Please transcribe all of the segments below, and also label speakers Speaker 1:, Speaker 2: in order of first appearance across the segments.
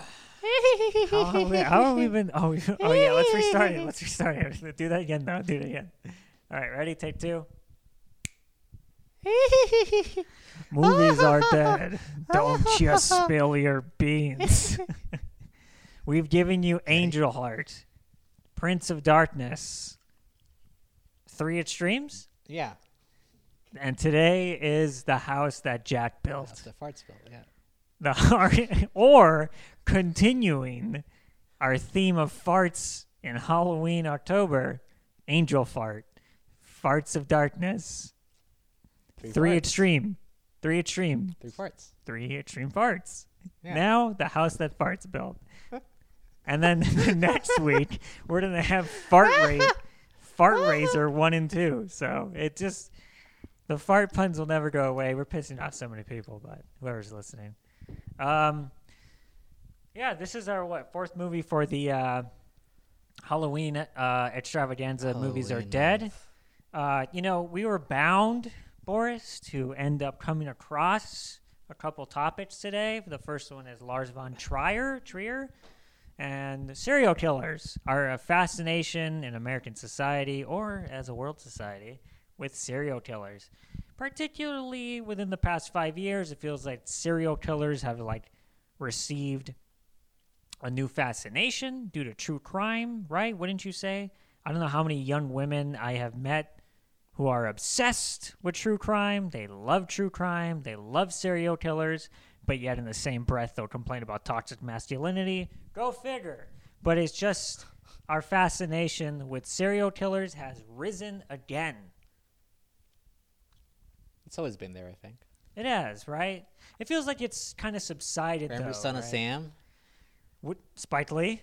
Speaker 1: How have we, how have we been? Oh, we, oh yeah. Let's restart it. Let's restart it. Do that again now. Do it again. All right. Ready? Take two. Movies are dead. Don't just spill your beans. We've given you Angel Heart, Prince of Darkness, Three Extremes,
Speaker 2: yeah,
Speaker 1: and today is the house that Jack built.
Speaker 2: that's the fart spill. Yeah.
Speaker 1: the har- or continuing our theme of farts in Halloween October, Angel Fart, Farts of Darkness, Three,
Speaker 2: farts.
Speaker 1: Extreme, Three Extreme,
Speaker 2: Three farts.
Speaker 1: Three Extreme Farts.
Speaker 2: Yeah.
Speaker 1: Now the house that farts built. And then next week we're gonna have fart rate, fart razor one and two. So it just the fart puns will never go away. We're pissing off so many people, but whoever's listening, um, yeah, this is our what fourth movie for the uh, Halloween uh, extravaganza. Movies are
Speaker 2: Halloween
Speaker 1: dead.
Speaker 2: month.
Speaker 1: Uh, you know, we were bound, Boris, to end up coming across a couple topics today. The first one is Lars von Trier, Trier, and serial killers are a fascination in American society or as a world society with serial killers. Particularly within the past five years, it feels like serial killers have like received a new fascination due to true crime, right? Wouldn't you say? I don't know how many young women I have met who are obsessed with true crime. They love true crime, they love serial killers, but yet in the same breath, they'll complain about toxic masculinity. Go figure. But it's just our fascination with serial killers has risen again.
Speaker 2: It's always been there, I think.
Speaker 1: It has, right? It feels like it's kind of subsided.
Speaker 2: Remember
Speaker 1: though,
Speaker 2: Son of
Speaker 1: right?
Speaker 2: Sam?
Speaker 1: What, Spike Lee,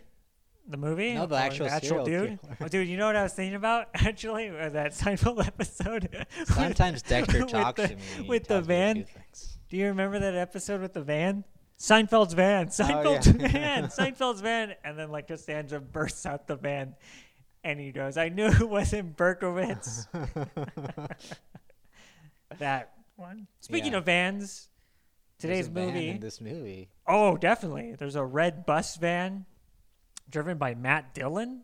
Speaker 1: the movie?
Speaker 2: No, the
Speaker 1: Or
Speaker 2: actual serial
Speaker 1: dude.
Speaker 2: killer.
Speaker 1: Oh, dude, you know what I was thinking about actually? Uh, That Seinfeld episode. with-
Speaker 2: Sometimes Dexter
Speaker 1: with
Speaker 2: talks
Speaker 1: the-
Speaker 2: to me and he
Speaker 1: with the
Speaker 2: tells me to
Speaker 1: van.
Speaker 2: do things.
Speaker 1: Do you remember that episode with the van? Seinfeld's van.
Speaker 2: Oh,
Speaker 1: Seinfeld's van. Seinfeld's van. And then like Costanza bursts out the van, and he goes, "I knew it wasn't Berkowitz." that one. Speaking
Speaker 2: Yeah.
Speaker 1: of vans,
Speaker 2: There's
Speaker 1: today's
Speaker 2: a van
Speaker 1: movie.
Speaker 2: In this movie.
Speaker 1: Oh, definitely. There's a red bus van driven by Matt Dillon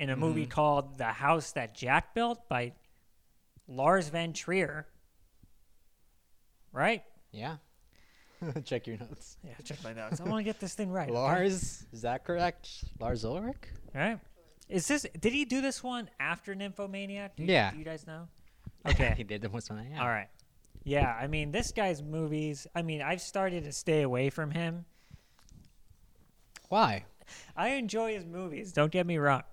Speaker 1: in a
Speaker 2: Mm-hmm.
Speaker 1: movie called The House That Jack Built by Lars Van Trier. Right?
Speaker 2: Yeah. Check your notes.
Speaker 1: Yeah, check my notes. I want to get this thing right. okay?
Speaker 2: Lars, is that correct? Lars Ulrich?
Speaker 1: Right? Is this did he do this one after Nymphomaniac? Do you,
Speaker 2: Yeah.
Speaker 1: Do you guys know? Okay.
Speaker 2: he did the most one. Yeah.
Speaker 1: All right. Yeah, I mean this guy's movies, I mean, I've started to stay away from him.
Speaker 2: Why?
Speaker 1: I enjoy his movies, don't get me wrong,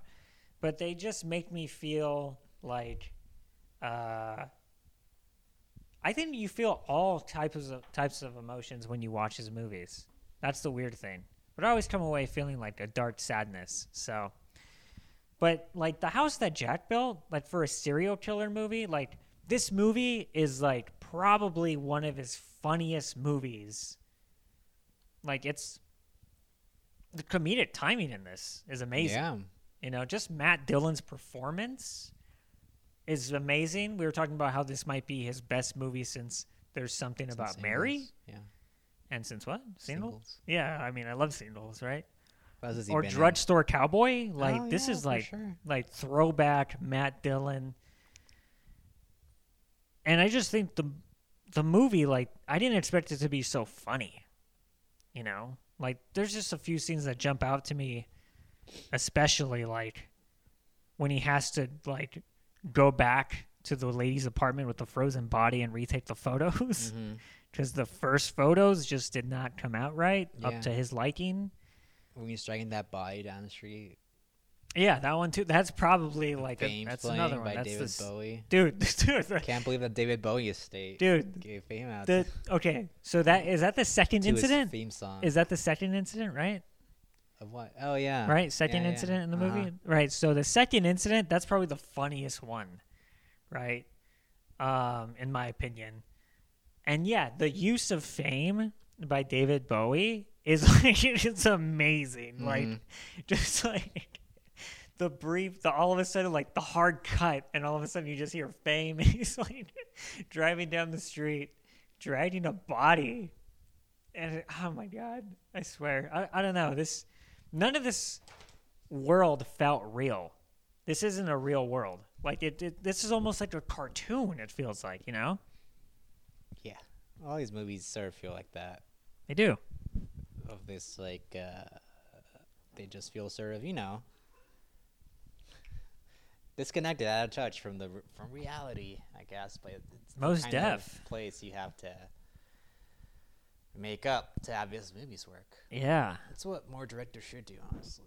Speaker 1: but they just make me feel like uh, I think you feel all types of types of emotions when you watch his movies. That's the weird thing. But I always come away feeling like a dark sadness. So but like the house that Jack built, like for a serial killer movie, like this movie is like probably one of his funniest movies. Like it's the comedic timing in this is amazing.
Speaker 2: Yeah.
Speaker 1: You know, just Matt Dillon's performance is amazing. We were talking about how this might be his best movie since there's something
Speaker 2: Some
Speaker 1: about Mary
Speaker 2: singles. Yeah.
Speaker 1: and since what? Singles?
Speaker 2: Singles.
Speaker 1: Yeah, I mean, I love singles, right?
Speaker 2: What else has he
Speaker 1: or
Speaker 2: been in?
Speaker 1: Drudge Store Cowboy. Like
Speaker 2: Oh,
Speaker 1: this
Speaker 2: yeah,
Speaker 1: is
Speaker 2: for
Speaker 1: like
Speaker 2: sure.
Speaker 1: like throwback Matt Dillon. And I just think the the movie like I didn't expect it to be so funny. You know? Like there's just a few scenes that jump out to me especially like when he has to like go back to the lady's apartment with the frozen body and retake the
Speaker 2: Mm-hmm.
Speaker 1: photos because the first photos just did not come out right
Speaker 2: Yeah.
Speaker 1: up to his liking
Speaker 2: When he's dragging that body down the street.
Speaker 1: yeah, that one too. That's probably like a,
Speaker 2: Fame's
Speaker 1: that's
Speaker 2: playing
Speaker 1: another
Speaker 2: by
Speaker 1: one. That's
Speaker 2: David
Speaker 1: this,
Speaker 2: Bowie.
Speaker 1: dude, dude, the-
Speaker 2: Can't believe that David Bowie estate
Speaker 1: dude.
Speaker 2: gave fame out
Speaker 1: The
Speaker 2: to
Speaker 1: okay, so that is that the second
Speaker 2: his
Speaker 1: incident?
Speaker 2: theme song.
Speaker 1: Is that the second incident, right?
Speaker 2: of what? Oh yeah.
Speaker 1: Right,
Speaker 2: Yeah,
Speaker 1: second
Speaker 2: yeah.
Speaker 1: incident in the
Speaker 2: Uh-huh.
Speaker 1: movie, right? So the second incident, that's probably the funniest one, right? Um, in my opinion, and yeah, the use of fame by David Bowie is like it's amazing.
Speaker 2: Mm-hmm.
Speaker 1: Like, just like the brief, the all of a sudden, like the hard cut, and all of a sudden you just hear fame. And he's like driving down the street, dragging a body and it- oh my god, I swear, I, I don't know. This none of this world felt real. This isn't a real world. Like it, it this is almost like a cartoon. It feels like you know
Speaker 2: Yeah. All these movies sort of feel like that.
Speaker 1: they do.
Speaker 2: Of this, like, uh, they just feel sort of, you know, disconnected, out of touch from the r- from reality, I guess. But it's the
Speaker 1: Mos
Speaker 2: kind
Speaker 1: Def.
Speaker 2: of place you have to make up to have these movies work.
Speaker 1: Yeah.
Speaker 2: That's what more directors should do, honestly.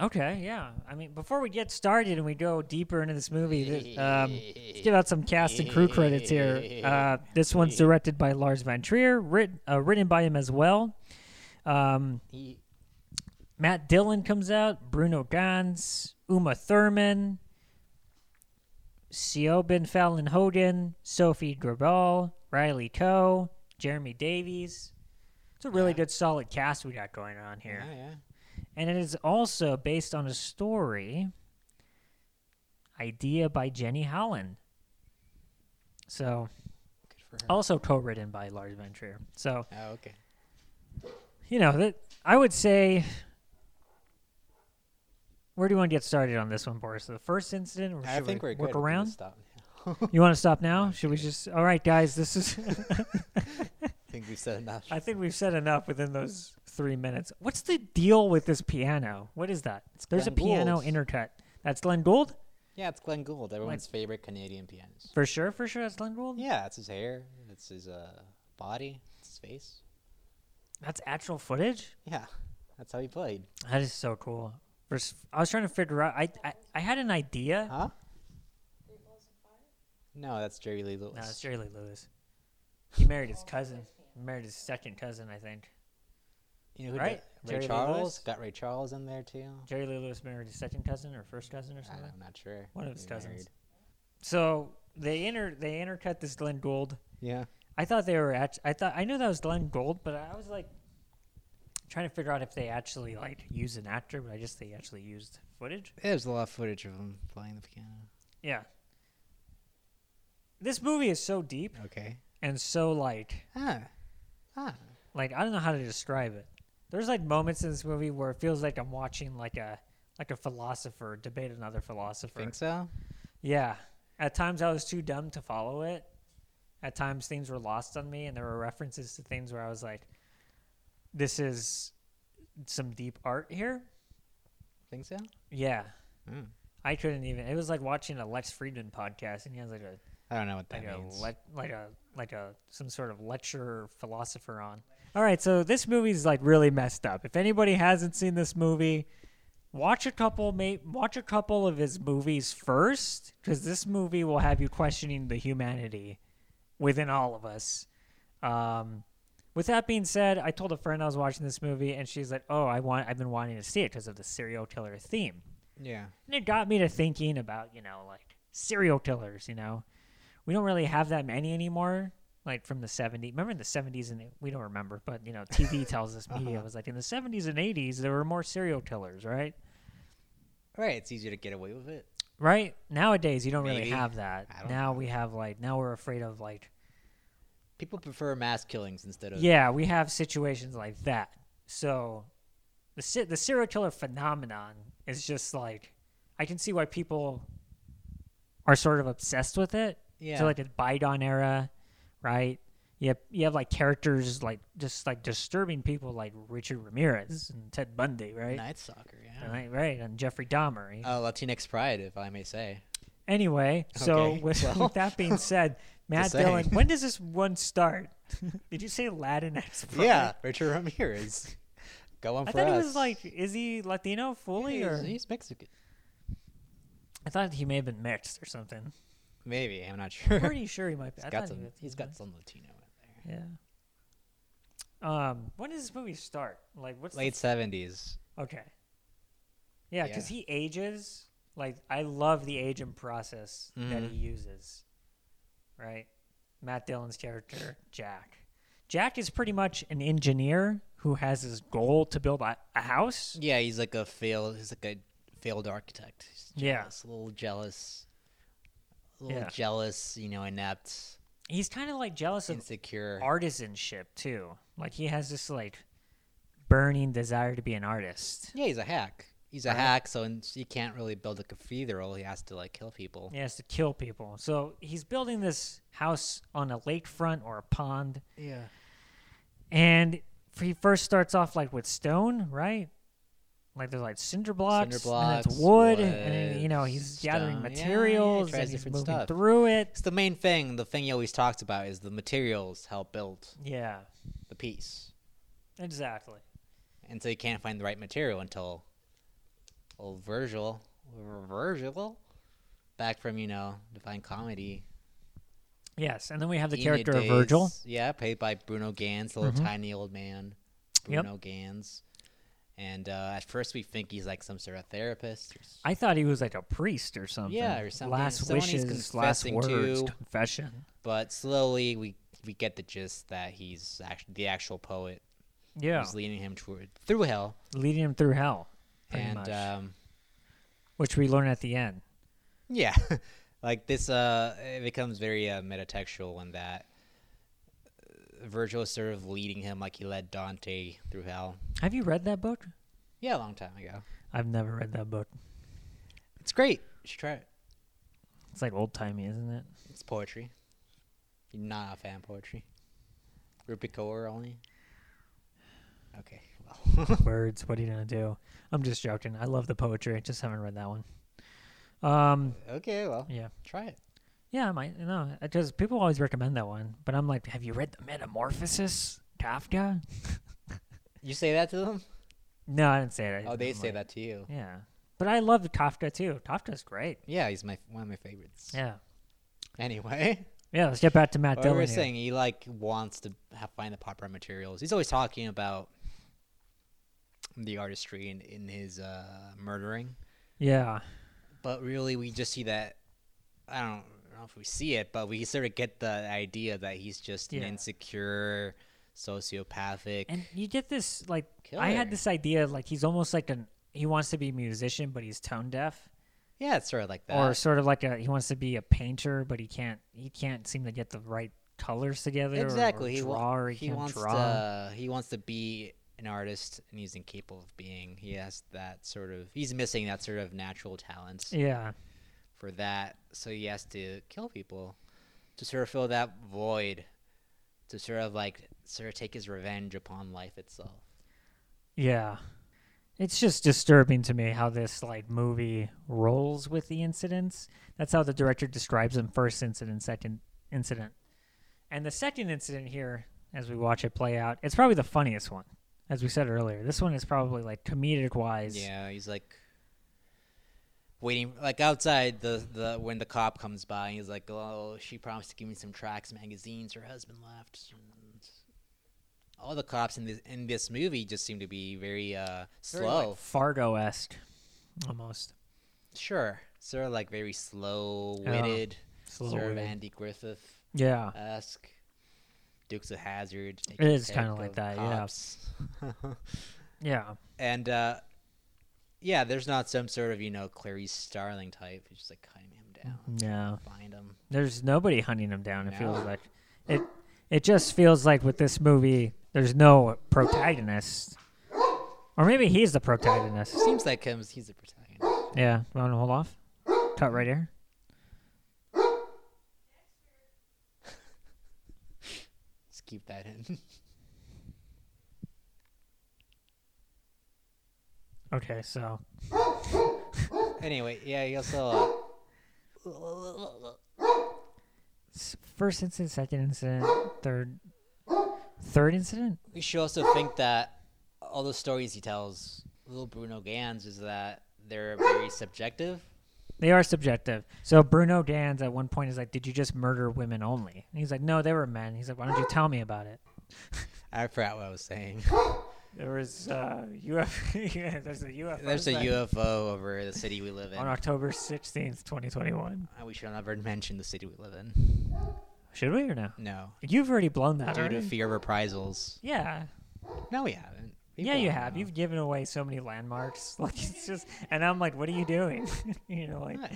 Speaker 1: Okay. Yeah. I mean, before we get started and we go deeper into this movie, th- um, Let's give out some cast and crew credits here. Uh, this one's directed by Lars von Trier, written, uh, written by him as well. Um,
Speaker 2: He-
Speaker 1: Matt Dillon comes out, Bruno Gans, Uma Thurman, Siobhan Fallon Hogan, Sophie Grabal, Riley Coe, Jeremy Davies. It's a really
Speaker 2: Yeah.
Speaker 1: good, solid cast we got going on here.
Speaker 2: Yeah, yeah.
Speaker 1: And it is also based on a story idea by Jenny Holland. So,
Speaker 2: Good for her.
Speaker 1: also co written by Lars von Trier. So,
Speaker 2: Oh, okay.
Speaker 1: you know, that I would say. Where do you want to get started on this one, Boris? The first incident? Or
Speaker 2: I
Speaker 1: should
Speaker 2: think
Speaker 1: we
Speaker 2: we're
Speaker 1: work
Speaker 2: good. We can
Speaker 1: around.
Speaker 2: Stop.
Speaker 1: You want to stop now?
Speaker 2: I'm
Speaker 1: Should we
Speaker 2: kidding.
Speaker 1: just? All right, guys. This is.
Speaker 2: I think we've said enough.
Speaker 1: I think we've said enough within those three minutes. What's the deal with this piano? What is that? There's a
Speaker 2: Glenn
Speaker 1: piano
Speaker 2: Gould's.
Speaker 1: intercut. That's Glenn Gould.
Speaker 2: Yeah, it's Glenn Gould, everyone's favorite Canadian pianist.
Speaker 1: For sure, for sure, that's Glenn Gould.
Speaker 2: Yeah, it's his hair, it's his uh, body, it's his face.
Speaker 1: That's actual footage.
Speaker 2: Yeah, that's how he played.
Speaker 1: That is so cool. For s- I was trying to figure out. I I, I had an idea.
Speaker 2: Huh? No, that's Jerry Lee Lewis.
Speaker 1: No, it's Jerry Lee Lewis. He married his cousin. He married his second cousin, I think.
Speaker 2: you know who
Speaker 1: right?
Speaker 2: did-
Speaker 1: Jerry
Speaker 2: Ray
Speaker 1: Lee
Speaker 2: Charles
Speaker 1: Lewis?
Speaker 2: got Ray Charles in there too.
Speaker 1: Jerry Lee Lewis married his second cousin or first cousin or something.
Speaker 2: I'm not sure.
Speaker 1: One of his
Speaker 2: They
Speaker 1: cousins.
Speaker 2: married.
Speaker 1: So they inter they intercut this Glenn Gould.
Speaker 2: Yeah.
Speaker 1: I thought they were act- I thought I knew that was Glenn Gould, but I was like trying to figure out if they actually like used an actor, but I guess they actually used footage.
Speaker 2: There's a lot of footage of him playing the piano.
Speaker 1: Yeah. This movie is so deep
Speaker 2: Okay.
Speaker 1: and so like
Speaker 2: Ah. Ah.
Speaker 1: like I don't know how to describe it. There's like moments in this movie where it feels like I'm watching like a like a philosopher debate another philosopher.
Speaker 2: Think so?
Speaker 1: Yeah. At times I was too dumb to follow it. At times things were lost on me and there were references to things where I was like this is some deep art here.
Speaker 2: Think so?
Speaker 1: Yeah.
Speaker 2: Mm.
Speaker 1: I couldn't even. It was like watching a Lex Friedman podcast, and he has like a
Speaker 2: I don't know what that
Speaker 1: like a
Speaker 2: means.
Speaker 1: le- like a like a some sort of lecturer or philosopher on. All right, so this movie's like really messed up. If anybody hasn't seen this movie, watch a couple may watch a couple of his movies first cuz this movie will have you questioning the humanity within all of us. Um with that being said, I told a friend I was watching this movie and she's like, "Oh, I want I've been wanting to see it because of the serial killer theme."
Speaker 2: yeah.
Speaker 1: And it got me to thinking about, you know, like serial killers, you know. We don't really have that many anymore, like from the 70s. Remember in the 70s and we don't remember, but you know, TV tells us media
Speaker 2: Uh-huh.
Speaker 1: was like in the 70s and 80s there were more serial killers, right?
Speaker 2: Right, it's easier to get away with it.
Speaker 1: Right? Nowadays you don't really
Speaker 2: Maybe.
Speaker 1: have that.
Speaker 2: I don't
Speaker 1: Now
Speaker 2: know.
Speaker 1: we have like now we're afraid of like
Speaker 2: People prefer mass killings instead of
Speaker 1: yeah, we have situations like that. So the se- the serial killer phenomenon is just like I can see why people are sort of obsessed with it.
Speaker 2: Yeah.
Speaker 1: So like the bygone era, right? You have, you have like characters like just like disturbing people like Richard Ramirez and Ted Bundy, right?
Speaker 2: Night Stalker. Yeah.
Speaker 1: Right, right, and Jeffrey Dahmer.
Speaker 2: Uh, Latinx pride, if I may say.
Speaker 1: Anyway, so
Speaker 2: Okay,
Speaker 1: with,
Speaker 2: well.
Speaker 1: with that being said, Matt
Speaker 2: saying.
Speaker 1: Dillon, when does this one start? Did you say Latinx? pride?
Speaker 2: Yeah, Richard Ramirez. Go on
Speaker 1: I
Speaker 2: for
Speaker 1: thought
Speaker 2: us.
Speaker 1: he was like, is he Latino fully
Speaker 2: he's,
Speaker 1: or?
Speaker 2: he's Mexican.
Speaker 1: I thought he may have been mixed or something.
Speaker 2: Maybe I'm not sure.
Speaker 1: Pretty sure he might be.
Speaker 2: he's
Speaker 1: I
Speaker 2: got
Speaker 1: thought he
Speaker 2: some.
Speaker 1: was-
Speaker 2: He's got some Latino in
Speaker 1: Yeah. Um, when does this movie start? Like, what's
Speaker 2: there.
Speaker 1: the
Speaker 2: Late seventies.
Speaker 1: Okay. Yeah, because
Speaker 2: Yeah.
Speaker 1: he ages. Like I love the aging process that
Speaker 2: Mhm.
Speaker 1: he uses. Right, Matt Dillon's character Jack. Jack is pretty much an engineer who has his goal to build a, a house.
Speaker 2: Yeah, he's like a failed. He's like a failed architect. He's
Speaker 1: Yeah.
Speaker 2: jealous, a little jealous. A little
Speaker 1: Yeah.
Speaker 2: jealous, you know, inept.
Speaker 1: he's kind of like jealous of
Speaker 2: insecure.
Speaker 1: artisanship too. Like he has this like burning desire to be an artist.
Speaker 2: Yeah, he's a hack. He's a
Speaker 1: Right.
Speaker 2: hack, so and he can't really build a cathedral. He has to like kill people.
Speaker 1: He has to kill people. So he's building this house on a lakefront or a pond,
Speaker 2: Yeah.
Speaker 1: and he first starts off like with stone, right? Like there's like cinder blocks, and it's
Speaker 2: blocks,
Speaker 1: wood, and then, you know
Speaker 2: wood,
Speaker 1: he's
Speaker 2: stone.
Speaker 1: gathering
Speaker 2: Yeah, yeah, he
Speaker 1: materials
Speaker 2: tries
Speaker 1: and he's
Speaker 2: different
Speaker 1: moving
Speaker 2: stuff.
Speaker 1: through it.
Speaker 2: It's the main thing. The thing he always talks about is the materials help build
Speaker 1: Yeah,
Speaker 2: the piece,
Speaker 1: exactly.
Speaker 2: and so he can't find the right material until old Virgil, Virgil, back from you know Divine Comedy.
Speaker 1: Yes, and then we have the
Speaker 2: Enid
Speaker 1: character of
Speaker 2: Days,
Speaker 1: Virgil.
Speaker 2: Yeah, played by Bruno Gans, the little
Speaker 1: Mhm.
Speaker 2: tiny old man,
Speaker 1: Yep.
Speaker 2: Bruno Gans. And uh, at first, we think he's like some sort of therapist. Or s-
Speaker 1: I thought he was like a priest or something.
Speaker 2: or something.
Speaker 1: Last
Speaker 2: Someone he's
Speaker 1: wishes, last
Speaker 2: confessing
Speaker 1: words,
Speaker 2: to.
Speaker 1: confession.
Speaker 2: but slowly we we get the gist that he's actually the actual poet
Speaker 1: Yeah,
Speaker 2: who's leading him toward through hell
Speaker 1: leading him through hell, pretty
Speaker 2: and
Speaker 1: much,
Speaker 2: um
Speaker 1: which we learn at the end.
Speaker 2: yeah like this uh it becomes very uh, metatextual in that uh, virgil is sort of leading him like he led dante through hell
Speaker 1: Have you read that book?
Speaker 2: yeah a long time ago
Speaker 1: I've never read that book.
Speaker 2: it's great you should try it
Speaker 1: It's like old timey, isn't it?
Speaker 2: it's poetry you're not a fan of poetry rupi kaur only okay well
Speaker 1: Words. What are you gonna do? I'm just joking. I love the poetry. I just haven't read that one. Um.
Speaker 2: okay well
Speaker 1: Yeah.
Speaker 2: try it
Speaker 1: Yeah. I might. No. Because people always recommend that one, but I'm like, have you read the Metamorphosis, Kafka?
Speaker 2: you say that to them
Speaker 1: No, I didn't say it.
Speaker 2: oh they say that
Speaker 1: that.
Speaker 2: to you
Speaker 1: Yeah. But I love Kafka too. Kafka's great.
Speaker 2: Yeah, he's my one of my favorites.
Speaker 1: Yeah.
Speaker 2: Anyway,
Speaker 1: Yeah, let's get back to Matt
Speaker 2: what we
Speaker 1: Dillon.
Speaker 2: were
Speaker 1: here.
Speaker 2: Oh, saying, he like wants to have, find the proper materials. He's always talking about the artistry in, in his uh, murdering,
Speaker 1: Yeah.
Speaker 2: but really we just see that. I don't, I don't know if we see it, but we sort of get the idea that he's just
Speaker 1: Yeah.
Speaker 2: an insecure, sociopathic.
Speaker 1: And you get this like I had
Speaker 2: Killer.
Speaker 1: this idea like he's almost like an he wants to be a musician but he's tone deaf
Speaker 2: yeah, it's sort of like that.
Speaker 1: or sort of like a he wants to be a painter but he can't he can't seem to get the right colors together or-
Speaker 2: exactly.
Speaker 1: or,
Speaker 2: he wa-
Speaker 1: draw or he,
Speaker 2: he
Speaker 1: can't
Speaker 2: wants
Speaker 1: draw.
Speaker 2: to. He wants to be an artist, and he's incapable of being. He has that sort of. He's missing that sort of natural talents
Speaker 1: Yeah.
Speaker 2: for that. So he has to kill people to sort of fill that void, to sort of like sort of take his revenge upon life itself.
Speaker 1: Yeah. It's just disturbing to me how this like movie rolls with the incidents. That's how the director describes them first incident, second incident. And the second incident here, as we watch it play out, it's probably the funniest one. As we said earlier, this one is probably like comedic wise.
Speaker 2: Yeah, he's like waiting like outside the the when the cop comes by he's like oh she promised to give me some tracks magazines her husband left And all the cops in this in this movie just seem to be very uh
Speaker 1: Very, like,
Speaker 2: slow
Speaker 1: Fargo esque almost.
Speaker 2: sure sort of like very slow witted
Speaker 1: It's a little
Speaker 2: sort of
Speaker 1: weird.
Speaker 2: andy griffith
Speaker 1: Yeah.
Speaker 2: esque dukes of hazard
Speaker 1: It is kinda like that, yeah.
Speaker 2: yeah
Speaker 1: Yeah.
Speaker 2: And uh, yeah, there's not some sort of you know Clarice Starling type who's just like cutting him down,
Speaker 1: No.
Speaker 2: find him.
Speaker 1: There's nobody hunting him down. It feels
Speaker 2: No.
Speaker 1: like it. It just feels like with this movie, there's no protagonist, or maybe he's the protagonist.
Speaker 2: Seems like him. He's the protagonist.
Speaker 1: Yeah, you want to hold off? Cut right here.
Speaker 2: Just keep that in.
Speaker 1: Okay, so
Speaker 2: anyway, yeah, he also uh,
Speaker 1: s- first incident, second incident, third, third incident.
Speaker 2: we should also think that all the stories he tells little Bruno Gans is that they're very subjective.
Speaker 1: They are subjective. So Bruno Danz at one point is like, "Did you just murder women only?" And he's like, "No, they were men." He's like, "Why don't you tell me about it?"
Speaker 2: I forgot what I was saying.
Speaker 1: There was uh, UFO. yeah, there's a UFO.
Speaker 2: There's a
Speaker 1: sighting.
Speaker 2: UFO over the city we live in.
Speaker 1: on October 16th, 2021.
Speaker 2: And we should never mention the city we live in.
Speaker 1: Should we or no?
Speaker 2: No,
Speaker 1: You've already blown that.
Speaker 2: due to
Speaker 1: already.
Speaker 2: fear of reprisals.
Speaker 1: yeah.
Speaker 2: No, we haven't.
Speaker 1: Yeah,
Speaker 2: People
Speaker 1: you
Speaker 2: don't
Speaker 1: have.
Speaker 2: know.
Speaker 1: You've given away so many landmarks. Like it's just, and I'm like, what are you doing? you know, like
Speaker 2: Right.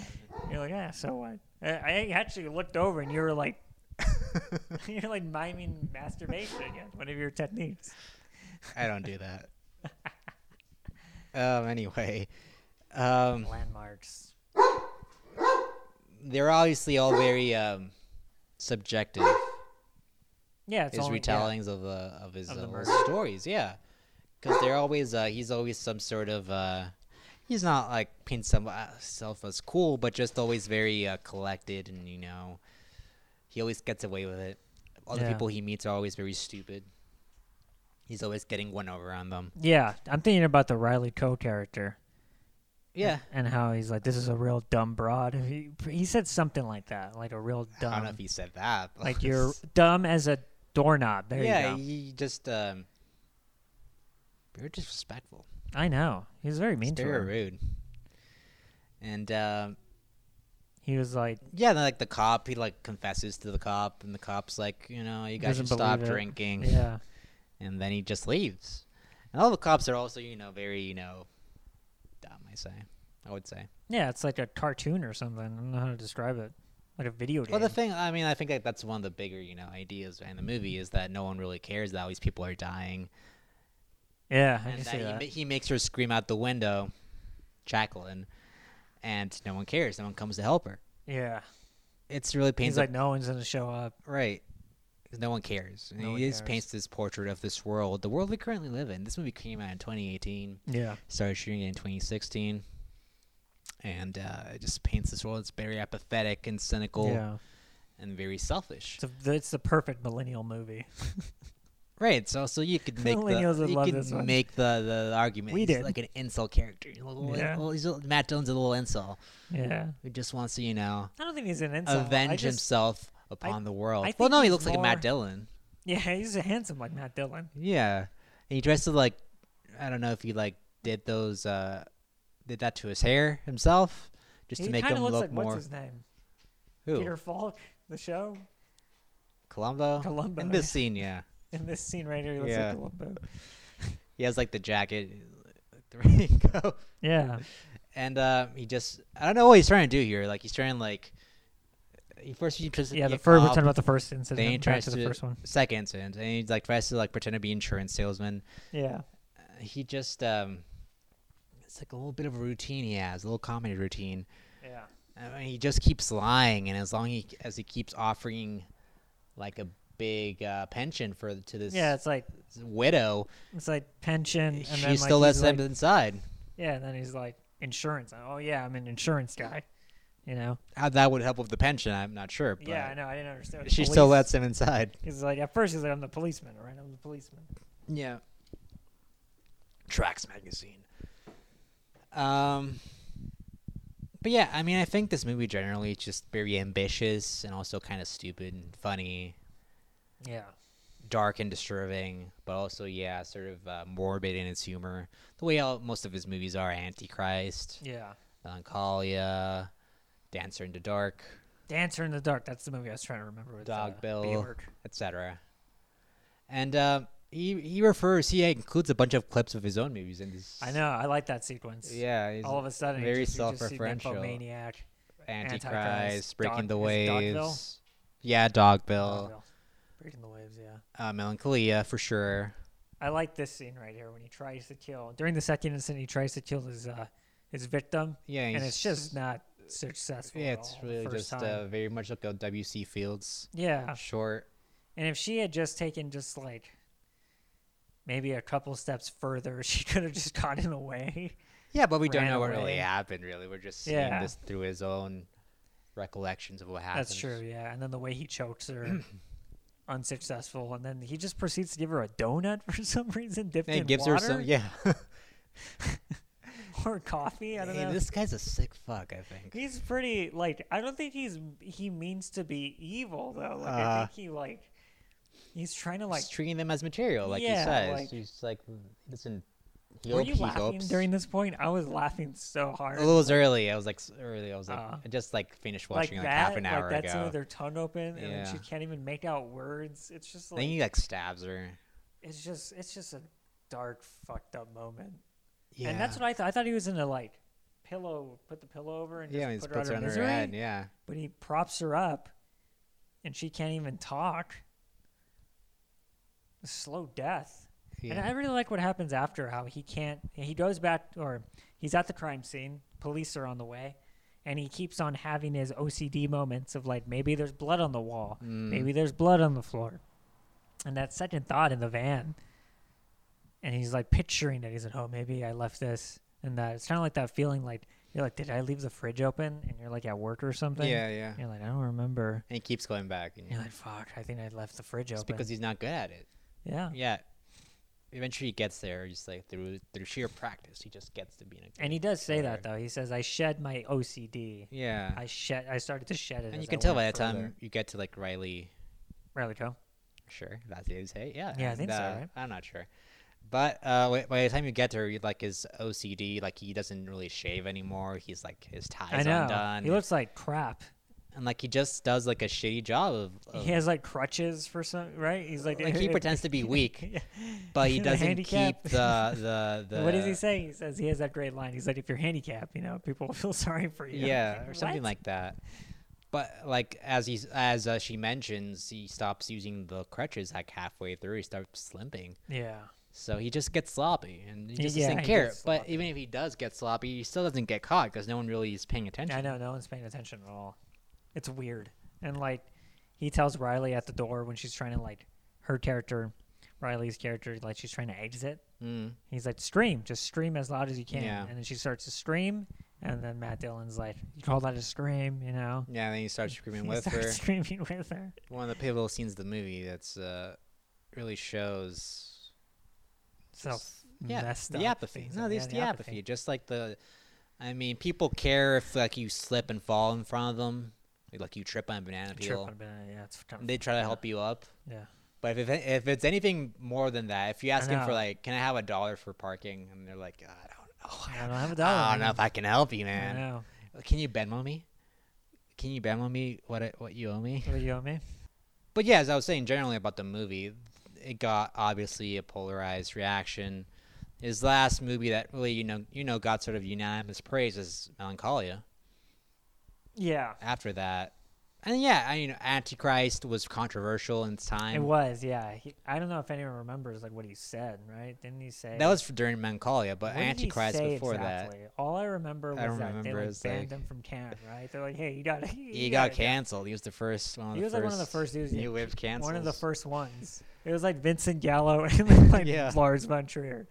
Speaker 1: you're like, yeah, so what? I, I actually looked over and you were like You're like miming masturbation again, one of your techniques.
Speaker 2: I don't do that. um, anyway, um,
Speaker 1: Landmarks.
Speaker 2: they're obviously all very um, subjective.
Speaker 1: Yeah, it's
Speaker 2: his
Speaker 1: only, yeah.
Speaker 2: retellings of uh, of his
Speaker 1: Of
Speaker 2: uh,
Speaker 1: the
Speaker 2: little
Speaker 1: murder.
Speaker 2: stories, yeah, because they're always uh, he's always some sort of uh, he's not like paints some- uh, himself as cool, but just always very uh, collected, and you know, he always gets away with it. All the
Speaker 1: Yeah.
Speaker 2: people he meets are always very stupid. He's always getting one over on them.
Speaker 1: Yeah, I'm thinking about the Riley Coe character.
Speaker 2: Yeah,
Speaker 1: And how he's like, this is a real dumb broad. He, he said something like that, like a real dumb.
Speaker 2: I don't know if he said that. but
Speaker 1: like you're dumb as a doorknob. There
Speaker 2: yeah,
Speaker 1: you go.
Speaker 2: he just um, very disrespectful.
Speaker 1: I know. He was very mean to
Speaker 2: very
Speaker 1: her.
Speaker 2: rude. And um,
Speaker 1: He was like,
Speaker 2: Yeah, then, like the cop, he like confesses to the cop, and the cop's like, you know, you guys
Speaker 1: Doesn't
Speaker 2: should stop
Speaker 1: believe it.
Speaker 2: drinking,
Speaker 1: yeah,
Speaker 2: and then he just leaves. And all the cops are also, you know, very, you know, dumb. I say, I would say.
Speaker 1: yeah, it's like a cartoon or something. I don't know how to describe it. Like a video game.
Speaker 2: Well, the thing, I mean, I think that that's one of the bigger, you know, ideas in the movie is that no one really cares that all these people are dying,
Speaker 1: yeah, I
Speaker 2: and
Speaker 1: can
Speaker 2: that
Speaker 1: see
Speaker 2: he,
Speaker 1: that.
Speaker 2: ma- he makes her scream out the window, Jacqueline, and no one cares. No one comes to help her.
Speaker 1: yeah,
Speaker 2: It's really
Speaker 1: he's
Speaker 2: painful.
Speaker 1: like, no one's gonna show up.
Speaker 2: Right. 'Cause No one cares. And
Speaker 1: No one
Speaker 2: he just
Speaker 1: cares.
Speaker 2: paints this portrait of this world, the world we currently live in. This movie came out in 2018,
Speaker 1: Yeah,
Speaker 2: started shooting it in 2016, and uh, it just paints this world that's very apathetic and cynical
Speaker 1: yeah.
Speaker 2: and very selfish.
Speaker 1: It's, a, it's the perfect millennial movie.
Speaker 2: right. So, so you could make the
Speaker 1: Millennials would
Speaker 2: you
Speaker 1: love
Speaker 2: could
Speaker 1: this one.
Speaker 2: make the, the argument.
Speaker 1: We
Speaker 2: he's
Speaker 1: did.
Speaker 2: like an insult character. He's a little-
Speaker 1: Yeah.
Speaker 2: well, he's a- Matt Dillon's a little insult
Speaker 1: Yeah,
Speaker 2: who just wants to you know
Speaker 1: I don't think he's an insult. I
Speaker 2: avenge
Speaker 1: just-
Speaker 2: himself upon the world.
Speaker 1: I
Speaker 2: well,
Speaker 1: think
Speaker 2: no, he
Speaker 1: he's
Speaker 2: looks like a Matt
Speaker 1: more-
Speaker 2: Dillon.
Speaker 1: Yeah, he's handsome like Matt Dillon.
Speaker 2: Yeah, and he dresses like I don't know if he like did those uh did that to his hair himself just
Speaker 1: he
Speaker 2: to make
Speaker 1: kinda
Speaker 2: him
Speaker 1: looks
Speaker 2: look
Speaker 1: like
Speaker 2: more
Speaker 1: what's his name?
Speaker 2: who
Speaker 1: Peter Falk, the show.
Speaker 2: Columbo.
Speaker 1: Columbo,
Speaker 2: in this
Speaker 1: yeah.
Speaker 2: scene, yeah,
Speaker 1: In this scene right here, he looks
Speaker 2: Yeah.
Speaker 1: like a little bit.
Speaker 2: he has like the jacket, the raincoat,
Speaker 1: Yeah,
Speaker 2: and uh, he just I don't know what he's trying to do here. Like he's trying to like he first he tries to
Speaker 1: yeah.
Speaker 2: be
Speaker 1: The
Speaker 2: a
Speaker 1: first we're
Speaker 2: cop,
Speaker 1: talking about the first incident.
Speaker 2: then he
Speaker 1: back
Speaker 2: tries
Speaker 1: to the first one.
Speaker 2: second incident, and he like tries to like pretend to be insurance salesman.
Speaker 1: Yeah.
Speaker 2: He just um, it's like a little bit of a routine he has, a little comedy routine.
Speaker 1: Yeah.
Speaker 2: I mean, he just keeps lying, and as long he, as he keeps offering, like a big uh, pension for to this
Speaker 1: Yeah, it's like
Speaker 2: widow,
Speaker 1: it's like pension. And
Speaker 2: she
Speaker 1: then, like,
Speaker 2: still
Speaker 1: he's
Speaker 2: lets him
Speaker 1: like-
Speaker 2: inside.
Speaker 1: Yeah, and then he's like insurance. Oh yeah, I'm an insurance guy. You know.
Speaker 2: How that would help with the pension, I'm not sure. But
Speaker 1: yeah, I know. I didn't understand. what
Speaker 2: she still lets
Speaker 1: police-
Speaker 2: him inside.
Speaker 1: He's like at first he's like I'm the policeman, right? I'm the policeman.
Speaker 2: Yeah. Tracks magazine. Um. But yeah, I mean, I think this movie generally is just very ambitious and also kind of stupid and funny.
Speaker 1: Yeah.
Speaker 2: dark and disturbing, but also yeah, sort of uh, morbid in its humor. The way all, most of his movies are: Antichrist,
Speaker 1: Yeah.
Speaker 2: Melancholia, Dancer in the Dark,
Speaker 1: Dancer in the Dark. That's the movie I was trying to remember. With,
Speaker 2: Dog
Speaker 1: uh,
Speaker 2: Bill.
Speaker 1: Bjork.
Speaker 2: etc. And uh, he he refers he includes a bunch of clips of his own movies in this.
Speaker 1: I know. I like that sequence.
Speaker 2: Yeah, he's
Speaker 1: All of a sudden,
Speaker 2: very
Speaker 1: you just, you just see
Speaker 2: self-referential.
Speaker 1: Maniac.
Speaker 2: Antichrist,
Speaker 1: Antichrist,
Speaker 2: Breaking the
Speaker 1: Dog- is it Dogville?
Speaker 2: Waves. Yeah, Dogville,
Speaker 1: Breaking the waves. Yeah.
Speaker 2: uh, Melancholia for sure.
Speaker 1: I like this scene right here when he tries to kill during the second incident. He tries to kill his uh, his victim,
Speaker 2: Yeah,
Speaker 1: and
Speaker 2: he's-
Speaker 1: it's just not successful.
Speaker 2: yeah,
Speaker 1: at
Speaker 2: it's
Speaker 1: all the
Speaker 2: really
Speaker 1: first
Speaker 2: just
Speaker 1: time.
Speaker 2: uh, very much like a W.C. Fields
Speaker 1: yeah.
Speaker 2: short.
Speaker 1: And if she had just taken just like maybe a couple steps further, she could have just gotten away.
Speaker 2: Yeah, but we don't
Speaker 1: ran
Speaker 2: know what really
Speaker 1: away.
Speaker 2: happened. Really, we're just seeing
Speaker 1: Yeah.
Speaker 2: this through his own recollections of what happened.
Speaker 1: That's true. Yeah. And then the way he chokes her. Unsuccessful, and then he just proceeds to give her a donut for some reason, dipped
Speaker 2: And
Speaker 1: in
Speaker 2: it gives
Speaker 1: water
Speaker 2: her some. Yeah.
Speaker 1: or coffee. I don't
Speaker 2: Hey,
Speaker 1: know.
Speaker 2: this guy's a sick fuck. I think.
Speaker 1: He's pretty like I don't think he's he means to be evil though. Like I
Speaker 2: Uh,
Speaker 1: think he like he's trying to like.
Speaker 2: He's treating them as material, like
Speaker 1: Yeah,
Speaker 2: he says.
Speaker 1: like-
Speaker 2: He's like, listen. He
Speaker 1: Were
Speaker 2: hope-
Speaker 1: you
Speaker 2: he
Speaker 1: laughing
Speaker 2: hopes.
Speaker 1: during this point? I was laughing so hard.
Speaker 2: It was early. I was like s- early. I was like,
Speaker 1: Uh,
Speaker 2: I just like finished
Speaker 1: like
Speaker 2: watching like, half an
Speaker 1: that,
Speaker 2: hour
Speaker 1: like that's
Speaker 2: ago.
Speaker 1: with her tongue open, and then she
Speaker 2: Yeah.
Speaker 1: can't even make out words. It's just
Speaker 2: then
Speaker 1: like
Speaker 2: he like stabs her.
Speaker 1: it's just it's just a dark, fucked up moment.
Speaker 2: Yeah.
Speaker 1: And that's what I thought. I thought he was gonna like pillow, put the pillow over and
Speaker 2: Yeah,
Speaker 1: just
Speaker 2: he
Speaker 1: put
Speaker 2: puts
Speaker 1: her out
Speaker 2: her under
Speaker 1: of misery.
Speaker 2: her head. Yeah.
Speaker 1: But he props her up, and she can't even talk. Slow death. And I really like what happens after how he can't he goes back or he's at the crime scene, police are on the way, and he keeps on having his OCD moments of like maybe there's blood on the wall,
Speaker 2: Mm.
Speaker 1: maybe there's blood on the floor. And that second thought in the van. And he's like picturing it. He's like, "Oh, maybe I left this." And that it's kind of like that feeling like you're like, "Did I leave the fridge open?" and you're like at work or something.
Speaker 2: Yeah, yeah.
Speaker 1: You're like, "I don't remember."
Speaker 2: And he keeps going back. You
Speaker 1: And you're
Speaker 2: know,
Speaker 1: like, "Fuck, I think I left the fridge
Speaker 2: it's
Speaker 1: open."
Speaker 2: because he's not good at it.
Speaker 1: yeah.
Speaker 2: Yeah. Eventually, he gets there. Just like through through sheer practice, he just gets to being a. Good
Speaker 1: And he does say
Speaker 2: player.
Speaker 1: that though. He says, "I shed my OCD.
Speaker 2: Yeah.
Speaker 1: I shed. I started to shed it."
Speaker 2: and you
Speaker 1: as
Speaker 2: can
Speaker 1: I
Speaker 2: tell by
Speaker 1: went
Speaker 2: that time
Speaker 1: further."
Speaker 2: you get to like Riley.
Speaker 1: Riley Coe.
Speaker 2: Sure, that's his. Hey, yeah.
Speaker 1: Yeah, I
Speaker 2: and,
Speaker 1: think so,
Speaker 2: uh,
Speaker 1: right?
Speaker 2: I'm not sure, but uh, wh- by the time you get there, you like his OCD. Like he doesn't really shave anymore. He's like his
Speaker 1: I
Speaker 2: ties
Speaker 1: know.
Speaker 2: undone.
Speaker 1: He looks like crap.
Speaker 2: and like he just does like a shitty job of. of
Speaker 1: He has like crutches for some right. He's like,
Speaker 2: like he pretends to be weak,
Speaker 1: Yeah.
Speaker 2: but he
Speaker 1: The
Speaker 2: doesn't keep
Speaker 1: handicap.
Speaker 2: the the the.
Speaker 1: what does he say? He says he has that great line. He's like, "If you're handicapped, you know, people will feel sorry for you."
Speaker 2: Yeah,
Speaker 1: Like,
Speaker 2: or something
Speaker 1: what?
Speaker 2: like that. But like as he's as uh, she mentions, he stops using the crutches like halfway through. He starts limping.
Speaker 1: Yeah.
Speaker 2: So he just gets sloppy and he
Speaker 1: Y-
Speaker 2: just
Speaker 1: yeah,
Speaker 2: doesn't
Speaker 1: he
Speaker 2: care.
Speaker 1: gets
Speaker 2: But
Speaker 1: sloppy.
Speaker 2: even if he does get sloppy, he still doesn't get caught because no one really is paying attention.
Speaker 1: I know. No one's paying attention at all. It's weird. And like, he tells Riley at the door when she's trying to like, her character, Riley's character, like she's trying to exit.
Speaker 2: Mm.
Speaker 1: He's like, scream, just scream as loud as you can.
Speaker 2: Yeah.
Speaker 1: And then she starts to scream. And then Matt Dillon's like, you call that a scream, you know?
Speaker 2: Yeah, then he starts screaming
Speaker 1: He
Speaker 2: with
Speaker 1: starts
Speaker 2: her.
Speaker 1: screaming with her.
Speaker 2: One of the pivotal scenes of the movie that's uh, really shows
Speaker 1: So
Speaker 2: just- yeah,
Speaker 1: messed
Speaker 2: the
Speaker 1: up
Speaker 2: apathy.
Speaker 1: things
Speaker 2: No,
Speaker 1: that- yeah,
Speaker 2: just
Speaker 1: the
Speaker 2: the
Speaker 1: apathy.
Speaker 2: apathy. Just like the, I mean, people care if like you slip and fall in front of them, like you trip on a banana
Speaker 1: a chirp
Speaker 2: peel.
Speaker 1: on a banana, yeah, it's kind of,
Speaker 2: They try to
Speaker 1: yeah.
Speaker 2: help you up.
Speaker 1: yeah.
Speaker 2: But if, it, if it's anything more than that, if you ask him for
Speaker 1: know.
Speaker 2: like, can I have a dollar for parking? And they're like, I don't know.
Speaker 1: I don't have a dollar.
Speaker 2: I don't know
Speaker 1: man.
Speaker 2: if I can help you,
Speaker 1: I
Speaker 2: Oh, man.
Speaker 1: know.
Speaker 2: Can you Venmo me? Can you Venmo me what I, what you owe me?
Speaker 1: What do you owe me?
Speaker 2: But yeah, as I was saying generally about the movie, it got obviously a polarized reaction. His last movie that really you know you know got sort of unanimous praise is Melancholia.
Speaker 1: Yeah.
Speaker 2: After that, and yeah, I you know Antichrist was controversial in its
Speaker 1: it
Speaker 2: time.
Speaker 1: was, yeah. He, I don't know if anyone remembers like what he said, right? Didn't he say
Speaker 2: That was for during Melancholia,
Speaker 1: what
Speaker 2: but
Speaker 1: did he
Speaker 2: Antichrist
Speaker 1: say
Speaker 2: before
Speaker 1: exactly? that. All I remember was
Speaker 2: I don't
Speaker 1: that
Speaker 2: remember,
Speaker 1: they like,
Speaker 2: it's
Speaker 1: banned
Speaker 2: like-
Speaker 1: him from Cannes, right? They're like, hey, you got to
Speaker 2: that, he got
Speaker 1: canceled.
Speaker 2: canceled. He was the first one. Of
Speaker 1: He
Speaker 2: the
Speaker 1: was
Speaker 2: first
Speaker 1: like one of the first dudes, yeah.
Speaker 2: new wave cancels.
Speaker 1: One of the first ones. It was like Vincent Gallo and then like
Speaker 2: Yeah.
Speaker 1: Lars von Trier.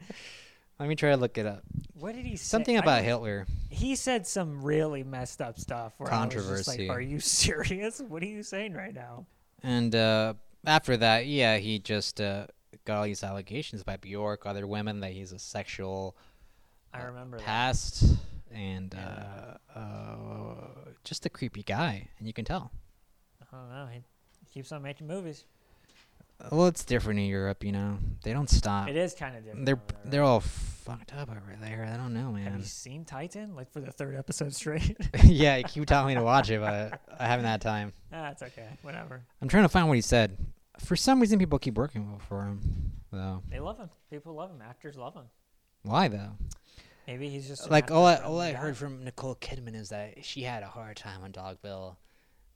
Speaker 2: Let me try to look it up.
Speaker 1: What did he say?
Speaker 2: Something
Speaker 1: I
Speaker 2: about
Speaker 1: don't-
Speaker 2: Hitler.
Speaker 1: He said some really messed up stuff. Where I was just
Speaker 2: Controversy.
Speaker 1: like, are you serious? What are you saying right now?
Speaker 2: And uh, after that, yeah, he just uh, got all these allegations by Bjork, other women, that he's a sexual
Speaker 1: I
Speaker 2: Uh,
Speaker 1: remember that.
Speaker 2: past and
Speaker 1: Yeah.
Speaker 2: uh, uh, just a creepy guy, and you can tell.
Speaker 1: I don't know. He, he keeps on making movies.
Speaker 2: Well, it's different in Europe, you know. They don't stop.
Speaker 1: it is kind of different.
Speaker 2: Uh, They're
Speaker 1: over there,
Speaker 2: they're all fucked up over there. I don't know,
Speaker 1: right? Have
Speaker 2: man.
Speaker 1: you seen Titan? Like for the third episode straight?
Speaker 2: yeah, you keep telling me to watch it, but I haven't had time.
Speaker 1: ah, it's okay. Whatever.
Speaker 2: I'm trying to find what he said. For some reason, people keep working for him, though.
Speaker 1: They love him. People love him. Actors love him.
Speaker 2: Why though?
Speaker 1: Maybe he's just an
Speaker 2: like
Speaker 1: actor
Speaker 2: all I,
Speaker 1: friendly
Speaker 2: all I
Speaker 1: guy.
Speaker 2: heard from Nicole Kidman is that she had a hard time on Dogville.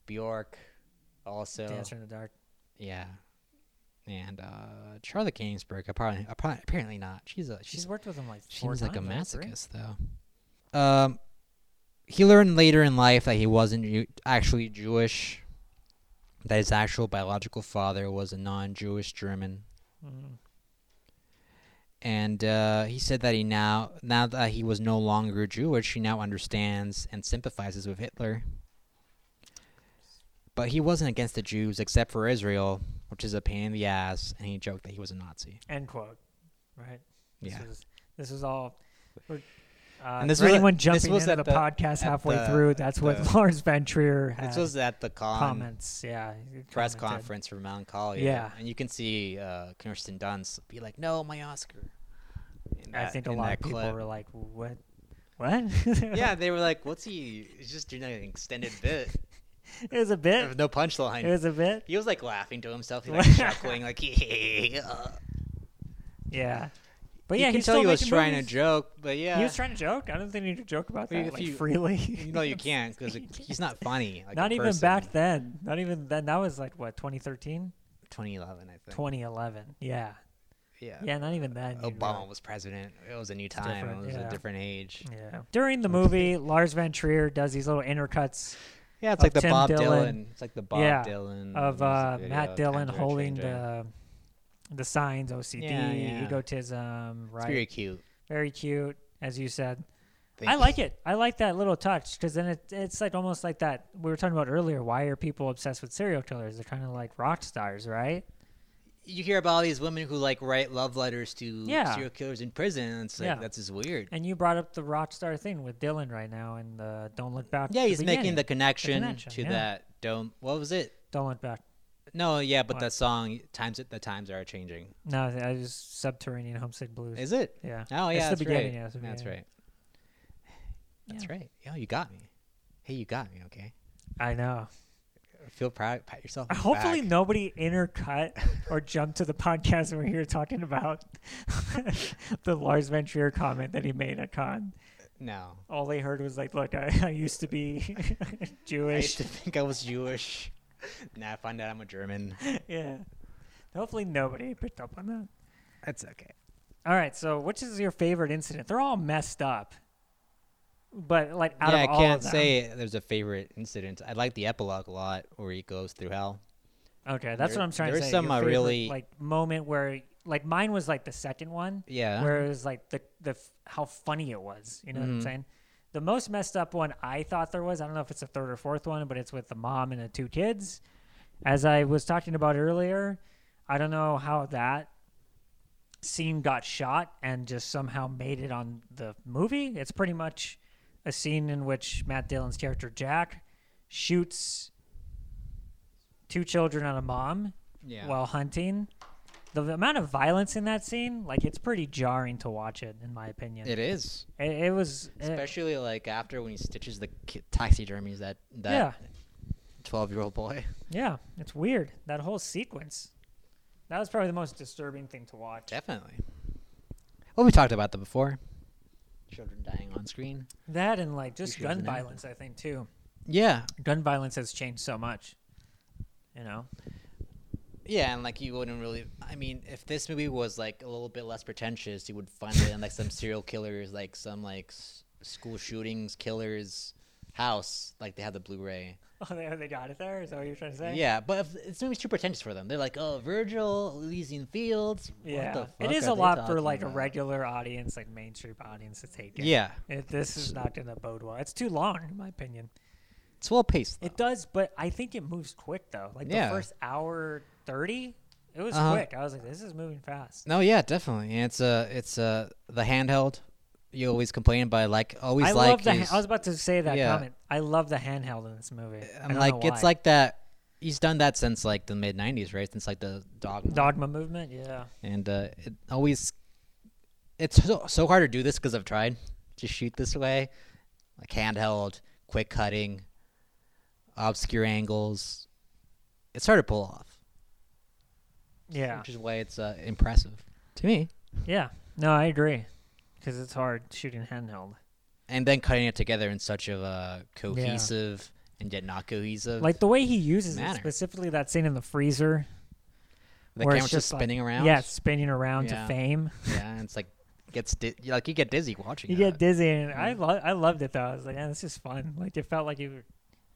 Speaker 2: Bjork, also,
Speaker 1: Dancer in the Dark.
Speaker 2: yeah, and uh, Charlotte Gainsbourg. Apparently, apparently, apparently not. She's a
Speaker 1: She's
Speaker 2: she's
Speaker 1: worked with him like
Speaker 2: she
Speaker 1: four
Speaker 2: was like a
Speaker 1: times, right? Three?
Speaker 2: masochist though. Um, he learned later in life that he wasn't Ju- actually Jewish. That his actual biological father was a non-Jewish German.
Speaker 1: Mm.
Speaker 2: and uh, he said that he now now that he was no longer Jewish, he now understands and sympathizes with Hitler. But he wasn't against the Jews except for Israel, which is a pain in the ass, and he joked that he was a Nazi.
Speaker 1: End quote. Right. This
Speaker 2: Yeah.
Speaker 1: Was, this was all. we're- Uh,
Speaker 2: And this
Speaker 1: for
Speaker 2: was at-
Speaker 1: anyone
Speaker 2: this
Speaker 1: jumping
Speaker 2: was
Speaker 1: into the,
Speaker 2: at the-
Speaker 1: podcast
Speaker 2: at
Speaker 1: halfway
Speaker 2: the-
Speaker 1: through, that's what
Speaker 2: the-
Speaker 1: Lars Van Trier had
Speaker 2: This was at the con
Speaker 1: comments. Yeah. he
Speaker 2: press
Speaker 1: uh, commented.
Speaker 2: conference for Melancholia.
Speaker 1: Yeah.
Speaker 2: And you can see uh, Kirsten Dunst be like, no, my Oscar. In
Speaker 1: I
Speaker 2: that-
Speaker 1: think a
Speaker 2: in
Speaker 1: lot
Speaker 2: that
Speaker 1: of people
Speaker 2: clip.
Speaker 1: were like, "What? What?"
Speaker 2: yeah, they were like, what's he? He's just doing an extended bit.
Speaker 1: it was a bit.
Speaker 2: There's no punchline.
Speaker 1: It was a bit.
Speaker 2: He was uh. like laughing to himself, he, like chuckling, like. "Yeah."
Speaker 1: Yeah. But
Speaker 2: you
Speaker 1: yeah,
Speaker 2: can
Speaker 1: he's
Speaker 2: tell
Speaker 1: still
Speaker 2: he was
Speaker 1: making
Speaker 2: trying
Speaker 1: movies.
Speaker 2: to joke, but yeah,
Speaker 1: He was trying to joke. I don't think he need to joke about
Speaker 2: Well,
Speaker 1: that
Speaker 2: if
Speaker 1: like
Speaker 2: you-
Speaker 1: freely.
Speaker 2: you know you can't because he's not funny. Like
Speaker 1: Not
Speaker 2: in
Speaker 1: even
Speaker 2: person.
Speaker 1: back then. Not even then. That was like what 2013,
Speaker 2: 2011, I think.
Speaker 1: 2011. Yeah.
Speaker 2: yeah.
Speaker 1: Yeah. Not even then. you'd
Speaker 2: Obama was president. It was a new time. It
Speaker 1: different,
Speaker 2: was
Speaker 1: yeah. Mm.
Speaker 2: a different age.
Speaker 1: really- Yeah. During the movie, Lars Van Trier does these little intercuts
Speaker 2: Yeah, it's
Speaker 1: Of
Speaker 2: like the
Speaker 1: Tim
Speaker 2: Bob
Speaker 1: Dylan.
Speaker 2: Dylan. It's like the Bob
Speaker 1: Yeah,
Speaker 2: Dylan Mm,
Speaker 1: of
Speaker 2: music
Speaker 1: uh,
Speaker 2: video,
Speaker 1: Matt
Speaker 2: Time
Speaker 1: Dillon
Speaker 2: to a
Speaker 1: holding
Speaker 2: Stranger.
Speaker 1: the the signs, OCD,
Speaker 2: Yeah, yeah.
Speaker 1: egotism, right?
Speaker 2: It's very cute.
Speaker 1: Very cute, as you said.
Speaker 2: Thank
Speaker 1: I
Speaker 2: you.
Speaker 1: like it. I like that little touch because then it, it's like almost like that we were talking about earlier. Why are people obsessed with serial killers? They're kind of like rock stars, right?
Speaker 2: You hear about all these women who like write love letters to
Speaker 1: Yeah.
Speaker 2: serial killers in prison. It's like
Speaker 1: Yeah.
Speaker 2: that's just weird.
Speaker 1: And you brought up the rock star thing with Dylan right now and the Don't Look Back.
Speaker 2: Yeah,
Speaker 1: the
Speaker 2: he's making
Speaker 1: beginning.
Speaker 2: the connection,
Speaker 1: connection,
Speaker 2: to
Speaker 1: yeah.
Speaker 2: that dome. What was it?
Speaker 1: Don't Look Back.
Speaker 2: No, yeah, but
Speaker 1: What?
Speaker 2: that song times the times are changing.
Speaker 1: No, I just Subterranean Homesick Blues.
Speaker 2: Is it?
Speaker 1: yeah.
Speaker 2: Oh
Speaker 1: It's
Speaker 2: yeah,
Speaker 1: the
Speaker 2: that's
Speaker 1: beginning,
Speaker 2: right.
Speaker 1: yeah, it's the
Speaker 2: that's
Speaker 1: beginning.
Speaker 2: right. That's right. Yeah, you got me. Hey, you got me. Okay.
Speaker 1: I know.
Speaker 2: Feel proud. Pat yourself. on the
Speaker 1: Hopefully,
Speaker 2: back.
Speaker 1: nobody intercut or jumped to the podcast when we're here talking about the Lars Van Trier comment that he made at Con.
Speaker 2: No.
Speaker 1: All they heard was like, "Look, I, I used to be
Speaker 2: I
Speaker 1: Jewish."
Speaker 2: used to think I was Jewish. now I find out I'm a German.
Speaker 1: yeah. Hopefully, nobody picked up on that.
Speaker 2: That's okay.
Speaker 1: All right. So, which is your favorite incident? They're all messed up, but like out
Speaker 2: yeah,
Speaker 1: of
Speaker 2: I
Speaker 1: all
Speaker 2: can't
Speaker 1: of them.
Speaker 2: say there's a favorite incident. I like the epilogue a lot, where he goes through hell.
Speaker 1: Okay, that's
Speaker 2: There-
Speaker 1: what I'm trying to
Speaker 2: there's
Speaker 1: say.
Speaker 2: some,
Speaker 1: your
Speaker 2: uh,
Speaker 1: favorite,
Speaker 2: really-
Speaker 1: like moment where like mine was like the second one.
Speaker 2: Yeah.
Speaker 1: where it was like the the f- how funny it was. You know what I'm
Speaker 2: Mhm.
Speaker 1: saying? The most messed up one I thought there was. I don't know if it's the third or fourth one, but it's with the mom and the two kids. As I was talking about earlier, I don't know how that scene got shot and just somehow made it on the movie. It's pretty much a scene in which Matt Dillon's character Jack shoots two children and a mom
Speaker 2: yeah.
Speaker 1: while hunting. The v- amount of violence in that scene, like it's pretty jarring to watch it, in my opinion. It,
Speaker 2: it is,
Speaker 1: it, was it-
Speaker 2: especially like after when he stitches the ki- taxidermies that
Speaker 1: yeah,
Speaker 2: that twelve year old boy.
Speaker 1: yeah. It's weird that whole sequence. That was probably the most disturbing thing to watch.
Speaker 2: Definitely. Well, we talked about that before. Children dying on screen.
Speaker 1: That and like just
Speaker 2: should have
Speaker 1: gun
Speaker 2: an anthem.
Speaker 1: violence, I think too.
Speaker 2: Yeah,
Speaker 1: Gun violence has changed so much. You know,
Speaker 2: yeah, and like you wouldn't really. I mean, if this movie was like a little bit less pretentious, you would find it in like some serial killers, like some like s- school shootings killers house. Like they have the Blu-ray.
Speaker 1: oh, they, they got it there. Is that what you're trying to say?
Speaker 2: Yeah, but if, this movie's too pretentious for them. They're like, oh, Virgil, Elysian Fields. what
Speaker 1: yeah.
Speaker 2: the
Speaker 1: it
Speaker 2: fuck
Speaker 1: is
Speaker 2: are
Speaker 1: a
Speaker 2: they
Speaker 1: lot for
Speaker 2: talking
Speaker 1: like a
Speaker 2: about?
Speaker 1: regular audience, like mainstream audience to take it.
Speaker 2: Yeah,
Speaker 1: It, this is not going to bode well. It's too long, in my opinion.
Speaker 2: it's well paced.
Speaker 1: It does, but I think it moves quick though. Like
Speaker 2: Yeah.
Speaker 1: the first hour thirty, it was
Speaker 2: Uh-huh.
Speaker 1: quick. I was like, this is moving fast.
Speaker 2: No, yeah, definitely. And it's uh, it's uh, the handheld. You always complain about like always
Speaker 1: I
Speaker 2: like.
Speaker 1: love the. ha-
Speaker 2: is-
Speaker 1: I was about to say that
Speaker 2: Yeah.
Speaker 1: comment. I love the handheld in this movie. I
Speaker 2: I'm
Speaker 1: don't
Speaker 2: like
Speaker 1: know
Speaker 2: it's
Speaker 1: why.
Speaker 2: like that. He's done that since like the mid '90s, right? Since like the dog.
Speaker 1: dogma movement. Yeah,
Speaker 2: And uh, it always, it's so, so hard to do this because I've tried to shoot this way, like handheld, quick cutting, obscure angles. It's hard to pull off,
Speaker 1: yeah,
Speaker 2: which is why it's uh, impressive to me.
Speaker 1: yeah. No, I agree, because it's hard shooting handheld.
Speaker 2: And then cutting it together in such of a cohesive and yet not cohesive.
Speaker 1: Like the way he uses it,
Speaker 2: manner.
Speaker 1: specifically that scene in the freezer.
Speaker 2: the
Speaker 1: where it's
Speaker 2: camera's just
Speaker 1: just like-
Speaker 2: spinning around.
Speaker 1: Yeah, spinning around
Speaker 2: Yeah.
Speaker 1: to fame.
Speaker 2: yeah, and it's like gets di- like you get dizzy watching.
Speaker 1: You
Speaker 2: that.
Speaker 1: get dizzy, and I lo- I loved it though. I was like, yeah, this is fun. Like it felt like you were,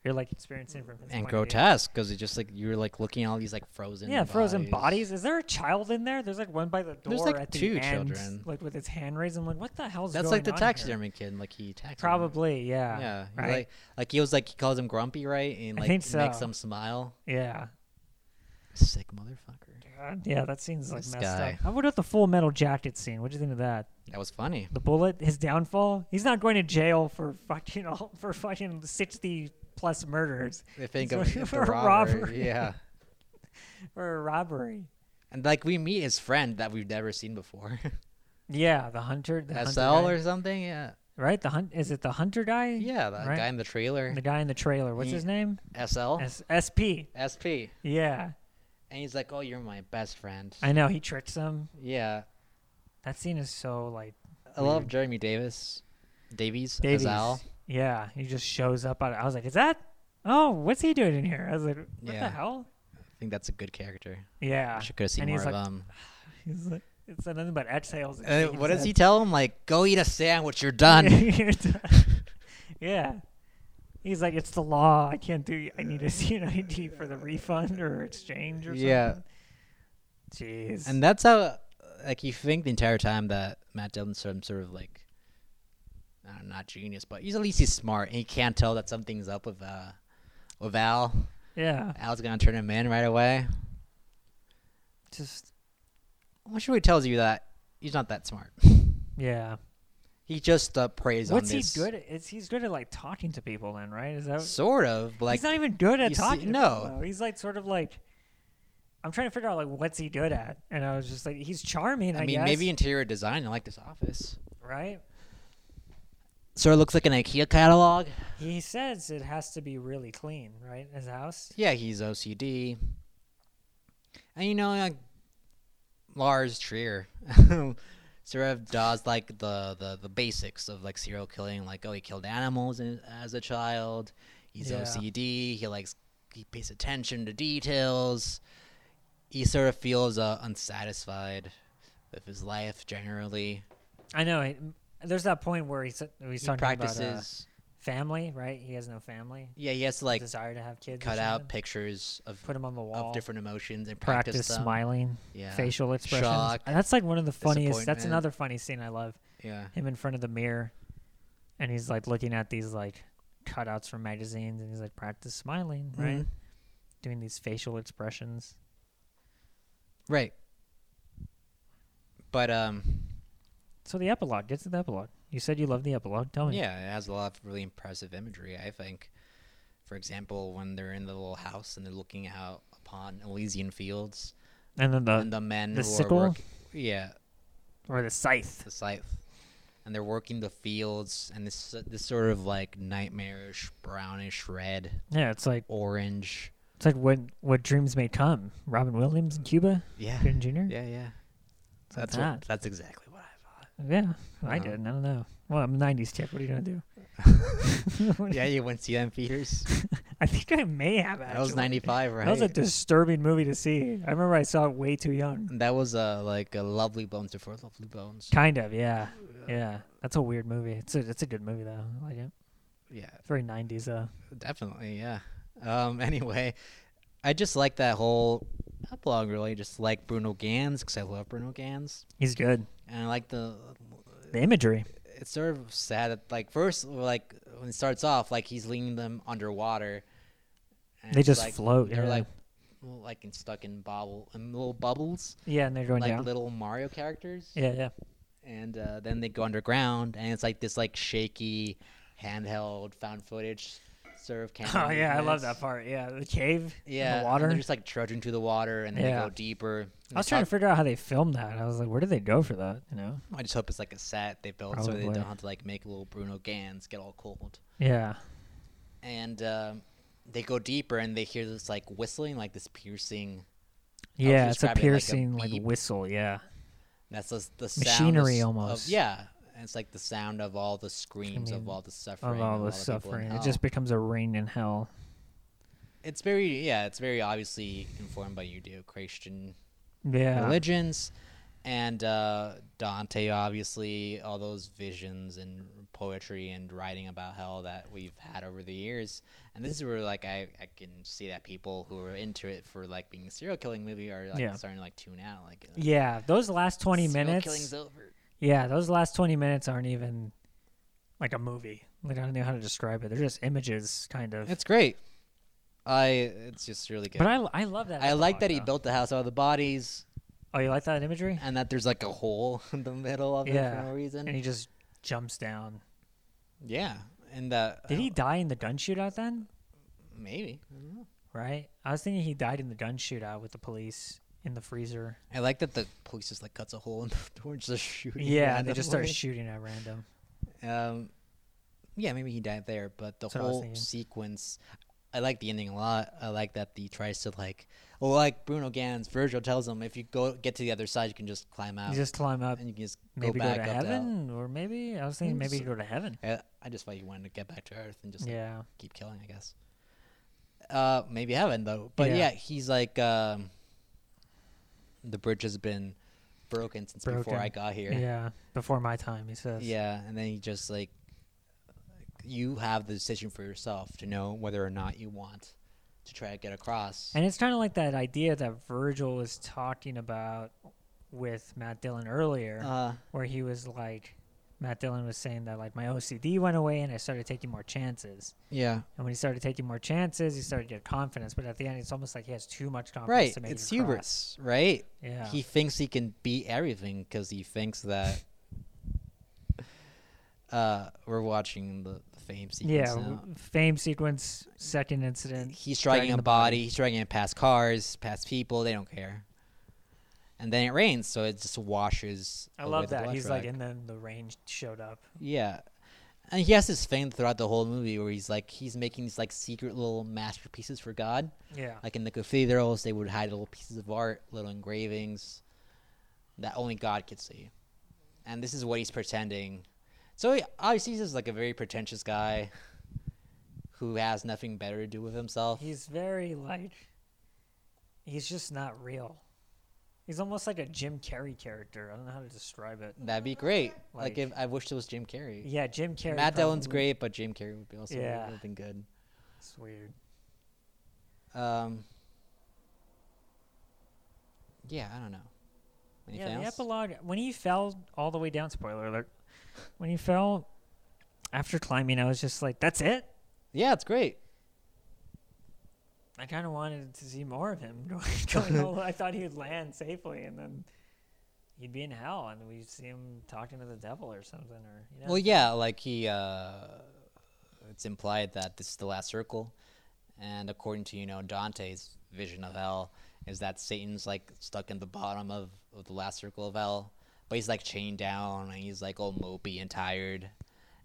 Speaker 1: you're like experiencing it from his
Speaker 2: and
Speaker 1: point of view.
Speaker 2: grotesque because it's just like you're like looking at all these like frozen
Speaker 1: Yeah, frozen bodies. Is there a child in there? There's like one by the door.
Speaker 2: There's, like,
Speaker 1: at the
Speaker 2: two
Speaker 1: end,
Speaker 2: children.
Speaker 1: like with his hand raised. I'm like, what the hell's
Speaker 2: That's
Speaker 1: going
Speaker 2: like the
Speaker 1: on here?
Speaker 2: taxidermy kid, like he taxidermy.
Speaker 1: Probably, yeah. Yeah.
Speaker 2: Yeah, he,
Speaker 1: right?
Speaker 2: like like he was like he calls him grumpy, right? And
Speaker 1: I
Speaker 2: like
Speaker 1: think
Speaker 2: makes
Speaker 1: so.
Speaker 2: him smile.
Speaker 1: Yeah.
Speaker 2: Sick motherfucker.
Speaker 1: God, yeah, that scene's like
Speaker 2: This
Speaker 1: messed
Speaker 2: guy.
Speaker 1: up. How about the full metal jacket scene? What do you think of that?
Speaker 2: That was funny.
Speaker 1: The bullet, his downfall? He's not going to jail for fucking all, for fucking sixty plus murders
Speaker 2: They think
Speaker 1: So
Speaker 2: of if the
Speaker 1: for a
Speaker 2: robber.
Speaker 1: robbery.
Speaker 2: Yeah,
Speaker 1: for a robbery.
Speaker 2: and like we meet his friend that we've never seen before,
Speaker 1: Yeah, the hunter the hunter
Speaker 2: SL
Speaker 1: guy.
Speaker 2: or something. Yeah,
Speaker 1: Right? The hunt is it the hunter guy?
Speaker 2: yeah, that
Speaker 1: Right.
Speaker 2: guy in the trailer,
Speaker 1: The guy in the trailer. What's
Speaker 2: He- Oh.
Speaker 1: his name?
Speaker 2: SL,
Speaker 1: S- SP.
Speaker 2: SP,
Speaker 1: Yeah.
Speaker 2: and he's like, "Oh, you're my best friend."
Speaker 1: I know he tricks him.
Speaker 2: yeah,
Speaker 1: That scene is so like
Speaker 2: I love Jeremy Davis, Davies,
Speaker 1: Davies.
Speaker 2: Davies. Azal.
Speaker 1: Yeah, he just shows up. out of- I was like, is that? Oh, what's he doing in here? I was like, what the
Speaker 2: Yeah.
Speaker 1: hell?
Speaker 2: I think that's a good character.
Speaker 1: Yeah,
Speaker 2: I should go see
Speaker 1: Ah. and
Speaker 2: more
Speaker 1: he's
Speaker 2: of
Speaker 1: like-
Speaker 2: him.
Speaker 1: he's like, it's nothing but exhales. and
Speaker 2: Uh,
Speaker 1: shakes
Speaker 2: what does
Speaker 1: his
Speaker 2: he tell him? Like, go eat a sandwich. You're done.
Speaker 1: head. You're done. yeah, he's like, it's the law. I can't do. I need a CNID for the refund or exchange or
Speaker 2: Yeah.
Speaker 1: something. Jeez.
Speaker 2: and that's how, like, you think the entire time that Matt Dillon's some sort of like, I don't know, not genius, but he's at least he's smart, and he can't tell that something's up with uh, with Al.
Speaker 1: yeah,
Speaker 2: Al's gonna turn him in right away.
Speaker 1: just
Speaker 2: What sure he tells you that he's not that smart.
Speaker 1: yeah.
Speaker 2: He just uh, preys
Speaker 1: What's
Speaker 2: on
Speaker 1: he
Speaker 2: this.
Speaker 1: good at? Is he's good at like talking to people then, right? Is that
Speaker 2: Sort of like
Speaker 1: he's not even good at
Speaker 2: you see-
Speaker 1: talking. to
Speaker 2: no.
Speaker 1: people, though. he's like sort of like. I'm trying to figure out like what's he good at, and I was just like, he's charming.
Speaker 2: I,
Speaker 1: I,
Speaker 2: mean,
Speaker 1: guess,
Speaker 2: maybe interior design. I like this office.
Speaker 1: right.
Speaker 2: Sort of looks like an IKEA catalog.
Speaker 1: He says it has to be really clean, right? His house.
Speaker 2: Yeah, he's OCD. And you know, like Lars Trier sort of does like the, the the basics of like serial killing. Like, oh, he killed animals in, as a child. He's
Speaker 1: Yeah.
Speaker 2: OCD. He likes he pays attention to details. He sort of feels uh, unsatisfied with his life generally.
Speaker 1: I know. It, there's that point where he's he's
Speaker 2: He
Speaker 1: talking
Speaker 2: practices.
Speaker 1: about uh, family, right? He has no family.
Speaker 2: yeah, he has to like
Speaker 1: desire to have kids. or
Speaker 2: cut out
Speaker 1: something.
Speaker 2: pictures of
Speaker 1: Put him on the wall.
Speaker 2: of different emotions and practice,
Speaker 1: practice,
Speaker 2: them.
Speaker 1: smiling,
Speaker 2: Yeah.
Speaker 1: facial expressions.
Speaker 2: Shock,
Speaker 1: And that's like one of the funniest. That's
Speaker 2: disappointment.
Speaker 1: another funny scene I love.
Speaker 2: Yeah.
Speaker 1: Him in front of the mirror, and he's like looking at these like cutouts from magazines, and he's like practice smiling, right?
Speaker 2: Mhm.
Speaker 1: Doing these facial expressions.
Speaker 2: Right. But um
Speaker 1: So the epilogue. Get to the epilogue. You said you love the epilogue. Tell me.
Speaker 2: yeah, it has a lot of really impressive imagery, I think. For example, when they're in the little house and they're looking out upon Elysian fields
Speaker 1: And then
Speaker 2: and
Speaker 1: the
Speaker 2: the men
Speaker 1: Uh, the
Speaker 2: who
Speaker 1: sickle?
Speaker 2: are work- yeah,
Speaker 1: or the scythe.
Speaker 2: the scythe. And they're working the fields and this this sort of like nightmarish brownish red,
Speaker 1: Yeah, it's like
Speaker 2: orange.
Speaker 1: it's like what what dreams may come. Robin Williams in Cuba.
Speaker 2: Yeah.
Speaker 1: Gooden Jr.
Speaker 2: Yeah, yeah. That's
Speaker 1: that.
Speaker 2: what, that's exactly what I thought.
Speaker 1: Yeah, I
Speaker 2: Uh-huh.
Speaker 1: did. I don't know. Well, I'm a '90s kid. What are you gonna do?
Speaker 2: yeah, you went to see them theaters.
Speaker 1: I think I may have. Actually.
Speaker 2: That was 95, right?
Speaker 1: That was a disturbing movie to see. I remember I saw it way too young.
Speaker 2: That was uh, like a Lovely Bones before Lovely Bones.
Speaker 1: Kind of, yeah, yeah. That's a weird movie. It's a it's a good movie though. I like it.
Speaker 2: Yeah,
Speaker 1: It's very '90s though.
Speaker 2: definitely. Yeah. Um. Anyway, I just like that whole epilogue. Really, just like Bruno Gans because I love Bruno Gans,
Speaker 1: He's good.
Speaker 2: and I like the.
Speaker 1: The imagery.
Speaker 2: It's sort of sad that like first like when it starts off like he's leading them underwater. And
Speaker 1: They
Speaker 2: it's
Speaker 1: just
Speaker 2: like,
Speaker 1: float,
Speaker 2: They're
Speaker 1: yeah.
Speaker 2: like well, like in- stuck in bobble in little bubbles
Speaker 1: Yeah, and they're going
Speaker 2: like
Speaker 1: down.
Speaker 2: little Mario characters.
Speaker 1: yeah, yeah.
Speaker 2: and uh, then they go underground, and it's like this like shaky, handheld found footage sort of camera.
Speaker 1: Oh yeah, I
Speaker 2: movements.
Speaker 1: love that part. Yeah, the cave. and
Speaker 2: Yeah,
Speaker 1: The
Speaker 2: and
Speaker 1: water.
Speaker 2: they're just like trudging through the water, and then
Speaker 1: Yeah.
Speaker 2: they go deeper. and
Speaker 1: I was
Speaker 2: they
Speaker 1: trying to
Speaker 2: talk-
Speaker 1: figure out how they filmed that. I was like, where did they go for that? You know?
Speaker 2: I just hope it's like a set they built so they
Speaker 1: Probably.
Speaker 2: don't have to like make little Bruno Gans get all cold.
Speaker 1: Yeah.
Speaker 2: And um, they go deeper, and they hear this like whistling, like this piercing.
Speaker 1: Yeah, it's
Speaker 2: describe it
Speaker 1: a
Speaker 2: like a
Speaker 1: piercing like,
Speaker 2: beep.
Speaker 1: whistle. Yeah,
Speaker 2: That's the, the sound of
Speaker 1: Machinery
Speaker 2: s- of-
Speaker 1: almost.
Speaker 2: yeah, and it's like the sound of all the screams
Speaker 1: mean,
Speaker 2: of all the suffering
Speaker 1: of all
Speaker 2: of
Speaker 1: the
Speaker 2: people in
Speaker 1: suffering, it
Speaker 2: hell.
Speaker 1: just becomes a rain in hell.
Speaker 2: it's very yeah it's very obviously informed by judeo-christian
Speaker 1: Yeah,
Speaker 2: religions and uh, dante obviously all those visions and poetry and writing about hell that we've had over the years and this is where like i, I can see that people who are into it for like being a serial killing movie are like
Speaker 1: Yeah.
Speaker 2: starting to like tune out like uh,
Speaker 1: yeah. Those last twenty
Speaker 2: serial
Speaker 1: minutes.
Speaker 2: killing's over
Speaker 1: Yeah, those last 20 minutes aren't even like a movie. Like, I don't know how to describe it. They're just images, kind of.
Speaker 2: it's great i it's just really good
Speaker 1: but I, Oh, I love that.
Speaker 2: I like
Speaker 1: epilogue,
Speaker 2: that he
Speaker 1: though.
Speaker 2: built the house out of the bodies
Speaker 1: Oh, you like that imagery?
Speaker 2: and that there's like a hole in the middle of it
Speaker 1: Yeah.
Speaker 2: for no reason.
Speaker 1: And he just jumps down.
Speaker 2: Yeah, and that
Speaker 1: Did he die in the gun shootout then?
Speaker 2: Maybe.
Speaker 1: Right? I was thinking he died in the gun shootout with the police in the freezer.
Speaker 2: I like that the police just like cuts a hole in the door and just shooting.
Speaker 1: Yeah, and they just start
Speaker 2: randomly.
Speaker 1: shooting at random.
Speaker 2: Um, yeah, maybe he died there, but the
Speaker 1: That's what I was
Speaker 2: whole
Speaker 1: thinking.
Speaker 2: sequence. I like the ending a lot. I like that he tries to like, well, like Bruno Gans, Virgil tells him if you go get to the other side, you can just climb out
Speaker 1: You just climb up.
Speaker 2: and you can just go
Speaker 1: Maybe go,
Speaker 2: back
Speaker 1: to
Speaker 2: up to hell.
Speaker 1: heaven, or maybe I was thinking maybe
Speaker 2: so-
Speaker 1: go to heaven.
Speaker 2: I, I just thought you wanted to get back to Earth and just like,
Speaker 1: Yeah,
Speaker 2: keep killing, I guess. Uh, maybe heaven though. But
Speaker 1: Yeah.
Speaker 2: yeah, he's like, um, the bridge has been broken since before I
Speaker 1: Broken.
Speaker 2: got here.
Speaker 1: yeah. Before my time, he says.
Speaker 2: Yeah, and then he just like you have the decision for yourself to know whether or not you want to try to get across.
Speaker 1: And it's kind of like that idea that Virgil was talking about with Matt Dillon earlier,
Speaker 2: uh,
Speaker 1: where he was like, Matt Dillon was saying that like my OCD went away and I started taking more chances.
Speaker 2: yeah,
Speaker 1: And when he started taking more chances, he started to get confidence. But at the end, it's almost like he has too much confidence
Speaker 2: right.
Speaker 1: to make
Speaker 2: It's
Speaker 1: it across.
Speaker 2: hubris, right?
Speaker 1: Yeah,
Speaker 2: He thinks he can beat everything because he thinks that. uh, we're watching the, the fame sequence
Speaker 1: yeah.
Speaker 2: now.
Speaker 1: w- Fame sequence, second incident.
Speaker 2: He's striking
Speaker 1: dragging
Speaker 2: a
Speaker 1: the
Speaker 2: body.
Speaker 1: body.
Speaker 2: He's striking it past cars, past people. They don't care. And then it rains, so it just washes.
Speaker 1: I
Speaker 2: away
Speaker 1: love
Speaker 2: the
Speaker 1: that.
Speaker 2: blood
Speaker 1: He's
Speaker 2: track.
Speaker 1: like, and then the rain showed up.
Speaker 2: Yeah. And he has this thing throughout the whole movie where he's like he's making these like secret little masterpieces for God.
Speaker 1: Yeah,
Speaker 2: Like in the cathedrals they would hide little pieces of art, little engravings that only God could see. And this is what he's pretending. So he, obviously he's just like a very pretentious guy who has nothing better to do with himself.
Speaker 1: he's very like, he's just not real. He's almost like a Jim Carrey character. I don't know how to describe it.
Speaker 2: That'd be great. Like,
Speaker 1: Like-
Speaker 2: if I wish it was Jim Carrey.
Speaker 1: Yeah, Jim Carrey.
Speaker 2: Matt Dillon's
Speaker 1: probably-
Speaker 2: great, but Jim Carrey would be also
Speaker 1: Yeah.
Speaker 2: would have been good.
Speaker 1: It's weird.
Speaker 2: Um, yeah, I don't know. Anything
Speaker 1: yeah, the
Speaker 2: else?
Speaker 1: epilogue when he fell all the way down. Spoiler alert. When he fell after climbing, I was just like, "That's it."
Speaker 2: yeah, it's great.
Speaker 1: I kind of wanted to see more of him. going- going all- I thought he'd land safely, and then he'd be in hell, and we'd see him talking to the devil or something. Or you know,
Speaker 2: Well, yeah, like he, uh, it's implied that this is the last circle, and according to you know Dante's vision of hell is that Satan's like stuck in the bottom of, of the last circle of hell, but he's like chained down and he's like all mopey and tired,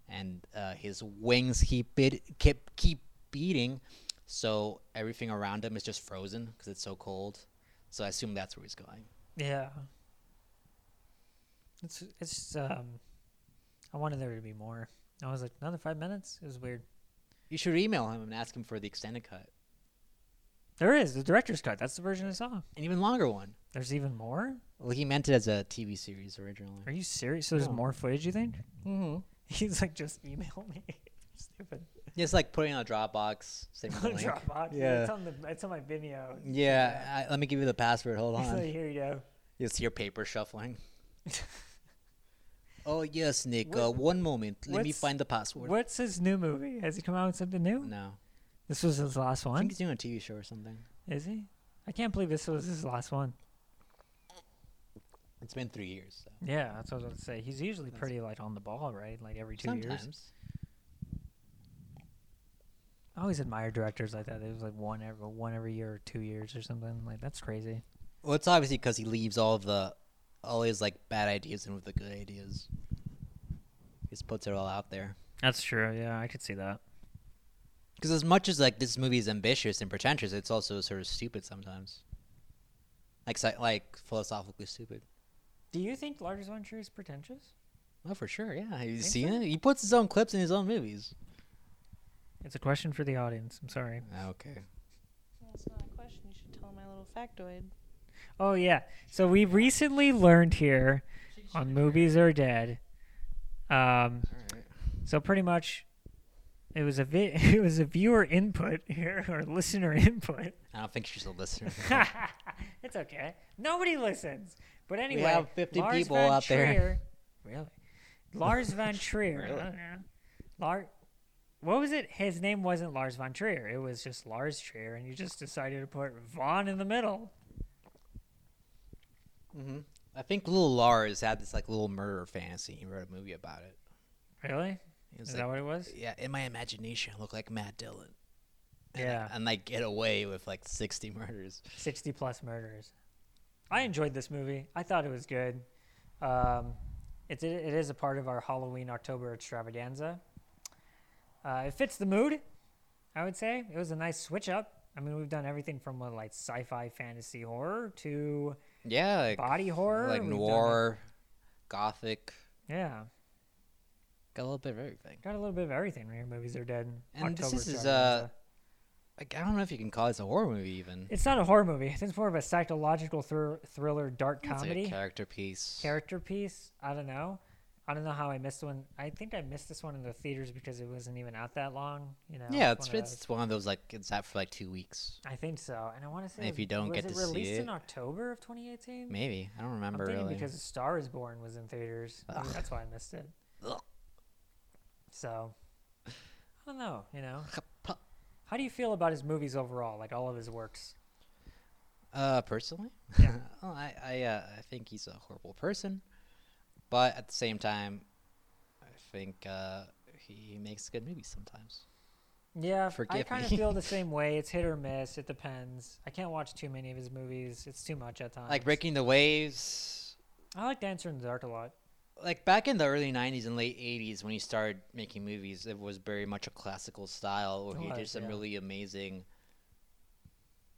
Speaker 2: and uh, his wings keep bit keep keep beating, so everything around him is just frozen because it's so cold. So I assume that's where he's going.
Speaker 1: yeah. It's it's. Um, I wanted there to be more. I was like, another five minutes. It was weird.
Speaker 2: You should email him and ask him for the extended cut,
Speaker 1: There is the director's cut. That's the version I saw.
Speaker 2: an even longer one.
Speaker 1: There's even more.
Speaker 2: Well, he meant it as a TV series originally.
Speaker 1: Are you serious? So there's
Speaker 2: No.
Speaker 1: more footage, you think?
Speaker 2: Mm-hmm.
Speaker 1: He's like, just email me. Stupid.
Speaker 2: Just like putting on a Dropbox, saving the link.
Speaker 1: Dropbox.
Speaker 2: Yeah.
Speaker 1: Yeah. It's on, the, it's on my Vimeo.
Speaker 2: Yeah, I, let me give you the password. Hold
Speaker 1: He's like,
Speaker 2: on.
Speaker 1: here you go.
Speaker 2: You see your paper shuffling. oh yes, Nick. Uh,
Speaker 1: What-
Speaker 2: one moment. Let me
Speaker 1: what's-
Speaker 2: find the password.
Speaker 1: What's his new movie? Has he come out with something new?
Speaker 2: No,
Speaker 1: This was his last
Speaker 2: I think
Speaker 1: one?
Speaker 2: he's doing a TV show or something.
Speaker 1: Is he? I can't believe this was his last one.
Speaker 2: It's been three years. So.
Speaker 1: Yeah, that's what I was going to say. He's usually
Speaker 2: That's-
Speaker 1: pretty like on the ball, right? Like every two
Speaker 2: Sometimes.
Speaker 1: years. I always admire directors like that. It was like one every one every year or two years or something. Like that's crazy.
Speaker 2: Well, it's obviously because he leaves all of the, all his like bad ideas in with the good ideas. He just puts it all out there.
Speaker 1: That's true. Yeah, I could see that.
Speaker 2: Because as much as like this movie is ambitious and pretentious, it's also sort of stupid sometimes. Like sci- like philosophically stupid.
Speaker 1: Do you think Largest One True is pretentious?
Speaker 2: Oh, for sure. Yeah, have you
Speaker 1: Think
Speaker 2: seen
Speaker 1: so?
Speaker 2: it? He puts his own clips in his own movies.
Speaker 1: It's a question for the audience. I'm sorry.
Speaker 2: Ah, Okay.
Speaker 3: That's not a question. You should tell him my little factoid.
Speaker 1: Oh yeah. So we recently learned here on movies are dead. Um,
Speaker 2: All right.
Speaker 1: so pretty much, it was a vi- it was a viewer input here or listener input.
Speaker 2: I don't think she's a listener.
Speaker 1: it's okay. Nobody listens. But anyway,
Speaker 2: have 50
Speaker 1: Lars
Speaker 2: people
Speaker 1: Van
Speaker 2: out there.
Speaker 1: Trier- Really? Lars Van Trier.
Speaker 2: Really?
Speaker 1: Lars. What was it? His name wasn't Lars Von Trier. It was just Lars Trier, and you just decided to put Von in the middle.
Speaker 2: mm-hmm. I think Little Lars had this like little murder fantasy. He wrote a movie about it.
Speaker 1: Really?
Speaker 2: It was
Speaker 1: Is
Speaker 2: like,
Speaker 1: that what it was?
Speaker 2: yeah, in my imagination, I look like Matt Dillon. And I-
Speaker 1: Yeah.
Speaker 2: and like get away with like sixty murders.
Speaker 1: 60 plus murders. I enjoyed this movie. I thought it was good. Um, it, it is a part of our Halloween October extravaganza. Uh, it fits the mood. I would say it was a nice switch up. I mean, we've done everything from uh, like sci-fi, fantasy, horror to
Speaker 2: Yeah, like,
Speaker 1: body horror,
Speaker 2: like
Speaker 1: We've done,
Speaker 2: noir, gothic,
Speaker 1: Yeah,
Speaker 2: got a little bit of everything.
Speaker 1: got a little bit of everything when your movies are dead.
Speaker 2: And this
Speaker 1: October's
Speaker 2: is,
Speaker 1: starting,
Speaker 2: uh,
Speaker 1: so-
Speaker 2: Like I don't know if you can call this a horror movie even.
Speaker 1: it's not a horror movie. It's more of a psychological thr- thriller, dark
Speaker 2: It's like
Speaker 1: comedy.
Speaker 2: a character piece.
Speaker 1: character piece. I don't know. I don't know how I missed one. I think I missed this one in the theaters because it wasn't even out that long. You know.
Speaker 2: yeah, it's
Speaker 1: one of
Speaker 2: it's,
Speaker 1: those.
Speaker 2: it's one of those like it's out for like two weeks,
Speaker 1: I think so, and I want to say
Speaker 2: And if you don't
Speaker 1: was
Speaker 2: get
Speaker 1: it
Speaker 2: to see
Speaker 1: released in
Speaker 2: it-
Speaker 1: October of 2018.
Speaker 2: maybe. I don't
Speaker 1: I'm
Speaker 2: remember
Speaker 1: thinking
Speaker 2: really.
Speaker 1: because Star Is Born was in theaters. Maybe
Speaker 2: Ugh.
Speaker 1: That's why I missed it.
Speaker 2: Ugh.
Speaker 1: So, I don't know. You know, how do you feel about his movies overall? Like all of his works.
Speaker 2: Uh, personally,
Speaker 1: Yeah.
Speaker 2: well, I I, uh, I think he's a horrible person, but at the same time, I think uh, he makes good movies sometimes.
Speaker 1: Yeah, I
Speaker 2: Forgive
Speaker 1: kind of
Speaker 2: me.
Speaker 1: feel the same way. It's hit or miss. It depends. I can't watch too many of his movies. It's too much at times.
Speaker 2: Like Breaking the Waves,
Speaker 1: I like Dancer in the Dark a lot.
Speaker 2: like back in the early '90s and late '80s when he started making movies, it was very much a classical style where
Speaker 1: It
Speaker 2: he did
Speaker 1: was,
Speaker 2: some
Speaker 1: yeah.
Speaker 2: really amazing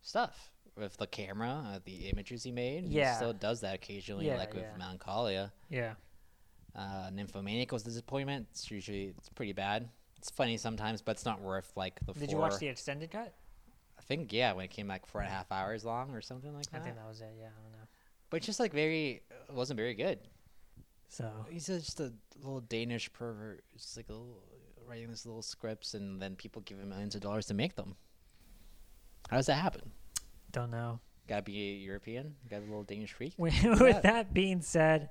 Speaker 2: stuff with the camera, uh, the images he made. and
Speaker 1: Yeah.
Speaker 2: he still does that occasionally,
Speaker 1: Yeah,
Speaker 2: like with
Speaker 1: yeah.
Speaker 2: Melancholia.
Speaker 1: Yeah.
Speaker 2: uh, Nymphomaniac was a disappointment. It's usually it's pretty bad. It's funny sometimes, but it's not worth like the. four,
Speaker 1: Did you watch the extended cut?
Speaker 2: I think yeah, when it came like four and a half hours long or something like
Speaker 1: I
Speaker 2: that.
Speaker 1: think that was it. Yeah, I don't know.
Speaker 2: But it's just like very, it wasn't very good.
Speaker 1: So
Speaker 2: He's a- just a little Danish pervert, just like a little, writing these little scripts, and then people give him millions of dollars to make them. How does that happen?
Speaker 1: don't know.
Speaker 2: Gotta be European. Gotta be a little Danish freak.
Speaker 1: With,
Speaker 2: that.
Speaker 1: that being said,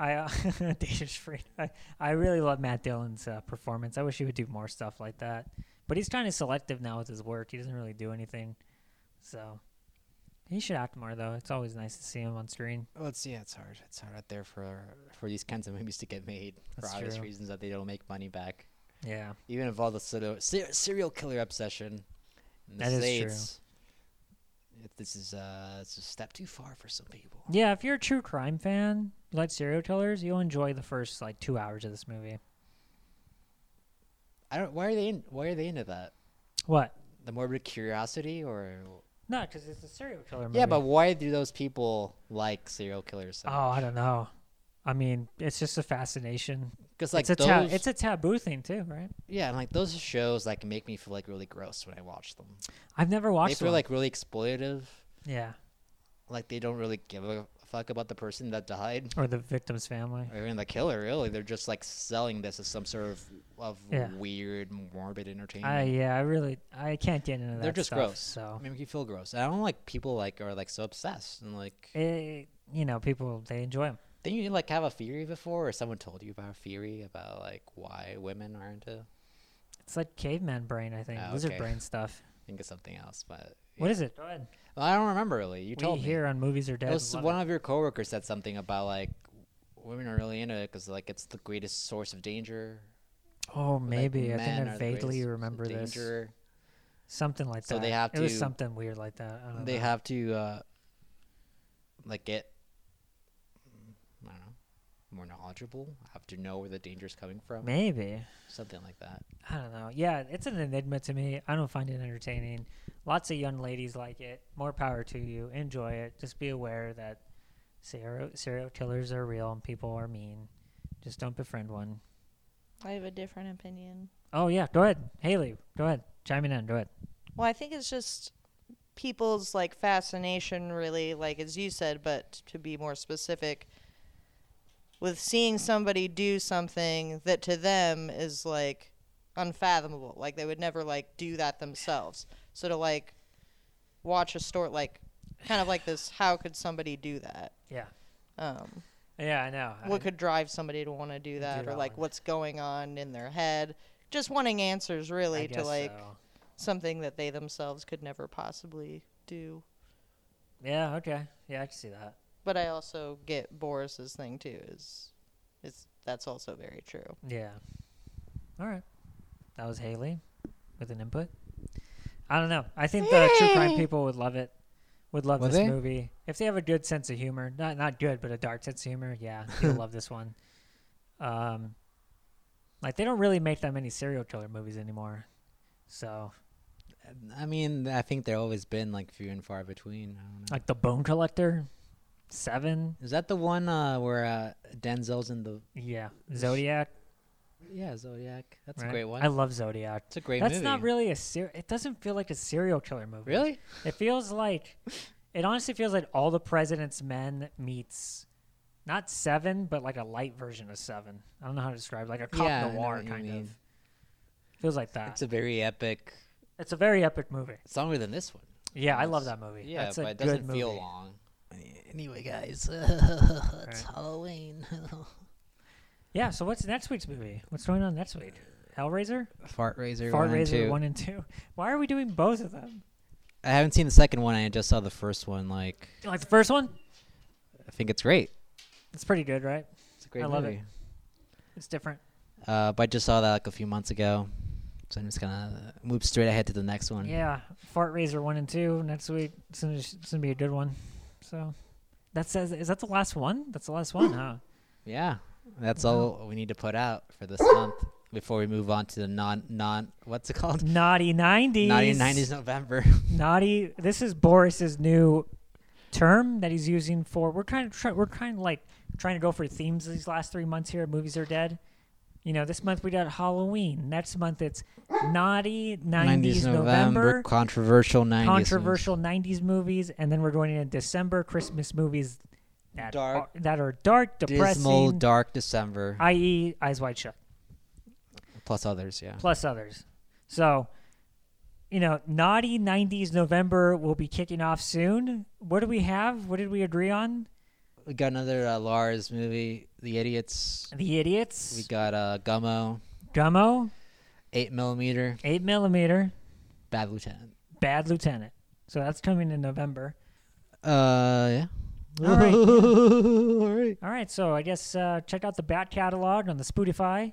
Speaker 1: I uh, Deja's free. I, I really love Matt Dillon's uh, performance. I wish he would do more stuff like that. But he's kind of selective now with his work. He doesn't really do anything. So he should act more though. It's always nice to see him on screen.
Speaker 2: Well, it's yeah, it's hard. It's hard out there for for these kinds of movies to get made
Speaker 1: That's
Speaker 2: for obvious
Speaker 1: true.
Speaker 2: reasons that they don't make money back.
Speaker 1: Yeah.
Speaker 2: even of all the serial, ser- serial killer obsession in the
Speaker 1: That is true.
Speaker 2: states, it- this is uh, it's a step too far for some people.
Speaker 1: Yeah, if you're a true crime fan, you like serial killers, you'll enjoy the first like 2 hours of this movie.
Speaker 2: I don't. Why are they? In, why are they into that?
Speaker 1: What?
Speaker 2: The morbid curiosity, or
Speaker 1: No, cuz it's a serial killer movie.
Speaker 2: yeah, but why do those people like serial killers?
Speaker 1: Oh, I don't know. I mean, it's just a fascination.
Speaker 2: Because like
Speaker 1: it's a
Speaker 2: those,
Speaker 1: ta- it's a taboo thing too, right?
Speaker 2: yeah, and like those shows like make me feel like really gross when I watch them.
Speaker 1: I've never
Speaker 2: they
Speaker 1: watched.
Speaker 2: feel
Speaker 1: one.
Speaker 2: like really exploitative.
Speaker 1: yeah,
Speaker 2: Like they don't really give a fuck about the person that died.
Speaker 1: or the victim's family.
Speaker 2: or even the killer, really. They're just like selling this as some sort of of
Speaker 1: Yeah.
Speaker 2: weird, morbid entertainment.
Speaker 1: I uh, yeah, I really I can't get into that.
Speaker 2: They're just
Speaker 1: stuff,
Speaker 2: gross.
Speaker 1: So
Speaker 2: I mean, you feel gross. I don't like people like are like so obsessed and like.
Speaker 1: it, you know, people they enjoy them.
Speaker 2: Didn't you like have a theory before, or someone told you about a theory about like why women are into? I
Speaker 1: It's like caveman brain, I think,
Speaker 2: Ah,
Speaker 1: lizard
Speaker 2: okay.
Speaker 1: brain stuff.
Speaker 2: think it's something else, but
Speaker 1: What is it? Go ahead.
Speaker 2: Well, I don't remember really. You
Speaker 1: we
Speaker 2: told me.
Speaker 1: here on movies are
Speaker 2: It
Speaker 1: dead.
Speaker 2: was
Speaker 1: love
Speaker 2: one
Speaker 1: it.
Speaker 2: of your coworkers said something about like women are really into it because like it's the greatest source of danger.
Speaker 1: oh,
Speaker 2: like,
Speaker 1: maybe I
Speaker 2: men
Speaker 1: think
Speaker 2: are
Speaker 1: I
Speaker 2: the
Speaker 1: vaguely
Speaker 2: greatest
Speaker 1: remember this.
Speaker 2: danger.
Speaker 1: Something like
Speaker 2: So
Speaker 1: that.
Speaker 2: they have
Speaker 1: It was
Speaker 2: to-
Speaker 1: something weird like that. I don't
Speaker 2: they
Speaker 1: know.
Speaker 2: have to uh like get mm, I don't know more knowledgeable. Have to know where the danger's coming from.
Speaker 1: maybe.
Speaker 2: Something like that.
Speaker 1: I don't know. Yeah, it's an enigma to me. I don't find it entertaining. Lots of young ladies like it. More power to you. Enjoy it. Just be aware that serial, serial killers are real and people are mean. Just don't befriend one.
Speaker 3: I have a different opinion.
Speaker 1: Oh yeah, go ahead, Haley. Go ahead, chiming in. Go ahead.
Speaker 3: Well, I think it's just people's like fascination, really, like as you said, but to be more specific, with seeing somebody do something that to them is like unfathomable. Like they would never like do that themselves. So to like watch a story, like kind of like this, how could somebody do that?
Speaker 1: Yeah.
Speaker 3: Um,
Speaker 1: Yeah, I know.
Speaker 3: what could drive somebody to want to do that, or
Speaker 1: that
Speaker 3: like
Speaker 1: one.
Speaker 3: what's going on in their head? Just wanting answers, really, to like something that they themselves could never possibly do.
Speaker 1: Yeah. Okay. Yeah, I can see that.
Speaker 3: But I also get Boris's thing too. Is is that's also very true.
Speaker 1: Yeah. All right. That was Haley with an input. I don't know. I think the true crime people would love it. Would love
Speaker 2: Would
Speaker 1: this
Speaker 2: they?
Speaker 1: movie if they have a good sense of humor. Not not good, but a dark sense of humor. Yeah, you'll love this one. Um, like they don't really make that many serial killer movies anymore, so
Speaker 2: I mean, I think there always been like few and far between. I don't know.
Speaker 1: Like the Bone Collector, Seven.
Speaker 2: Is that the one uh, where uh, Denzel's in the
Speaker 1: Yeah, Zodiac.
Speaker 2: yeah Zodiac? That's
Speaker 1: right?
Speaker 2: a great one.
Speaker 1: I love Zodiac.
Speaker 2: it's a great
Speaker 1: That's
Speaker 2: movie.
Speaker 1: not really a ser- It doesn't feel like a serial killer movie.
Speaker 2: really.
Speaker 1: It feels like it honestly feels like all the president's men meets not seven, but like a light version of seven. I don't know how to describe it, like a cop
Speaker 2: Yeah, I know
Speaker 1: noir
Speaker 2: what you
Speaker 1: kind of.
Speaker 2: mean.
Speaker 1: Feels like that.
Speaker 2: It's a very epic.
Speaker 1: It's a very epic movie.
Speaker 2: It's longer than this one.
Speaker 1: Yeah, I
Speaker 2: Yes.
Speaker 1: love that movie.
Speaker 2: Yeah,
Speaker 1: That's a
Speaker 2: but it
Speaker 1: good
Speaker 2: doesn't
Speaker 1: movie.
Speaker 2: feel long. Anyway, guys, it's Halloween.
Speaker 1: Yeah, so what's next week's movie? What's going on next week? Hellraiser?
Speaker 2: Fart Razor.
Speaker 1: Fart
Speaker 2: one and
Speaker 1: Razor
Speaker 2: two.
Speaker 1: 1 and 2. Why are we doing both of them?
Speaker 2: I haven't seen the second one. I just saw the first one. Like,
Speaker 1: You Like the first one?
Speaker 2: I think it's great.
Speaker 1: It's pretty good, right?
Speaker 2: It's a great
Speaker 1: I love
Speaker 2: movie.
Speaker 1: It's different.
Speaker 2: Uh, but I just saw that like a few months ago, so I'm just gonna move straight ahead to the next one.
Speaker 1: Yeah, Fart Razor 1 and 2 next week. It's going to be a good one. So that says, is that the last one? That's the last one, huh?
Speaker 2: Yeah, that's all we need to put out for this month before we move on to the non non what's it called?
Speaker 1: Naughty 90s.
Speaker 2: Naughty nineties November.
Speaker 1: Naughty. This is Boris's new term that he's using for. We're kind of try, we're kind of like trying to go for themes these last three months here. at Movies are dead. You know, this month we got Halloween. Next month it's naughty nineties November,
Speaker 2: controversial nineties.
Speaker 1: controversial nineties movies, and then we're going into December Christmas movies that
Speaker 2: Dark.
Speaker 1: are, that are dark,
Speaker 2: dismal
Speaker 1: depressing,
Speaker 2: dark December,
Speaker 1: i.e., Eyes Wide Shut.
Speaker 2: plus others. Yeah,
Speaker 1: plus others. So, you know, naughty 90s November will be kicking off soon. What do we have? What did we agree on?
Speaker 2: we got another uh, Lars movie, The Idiots.
Speaker 1: The
Speaker 2: We
Speaker 1: Idiots,
Speaker 2: got uh, Gummo,
Speaker 1: Gummo,
Speaker 2: Eight Millimeter,
Speaker 1: 8 millimeter,
Speaker 2: Bad Lieutenant.
Speaker 1: Bad Lieutenant. So that's coming in November.
Speaker 2: Uh, yeah.
Speaker 1: All right, yeah.
Speaker 2: all right.
Speaker 1: All right, so I guess uh, check out the Bat Catalog on the Spotify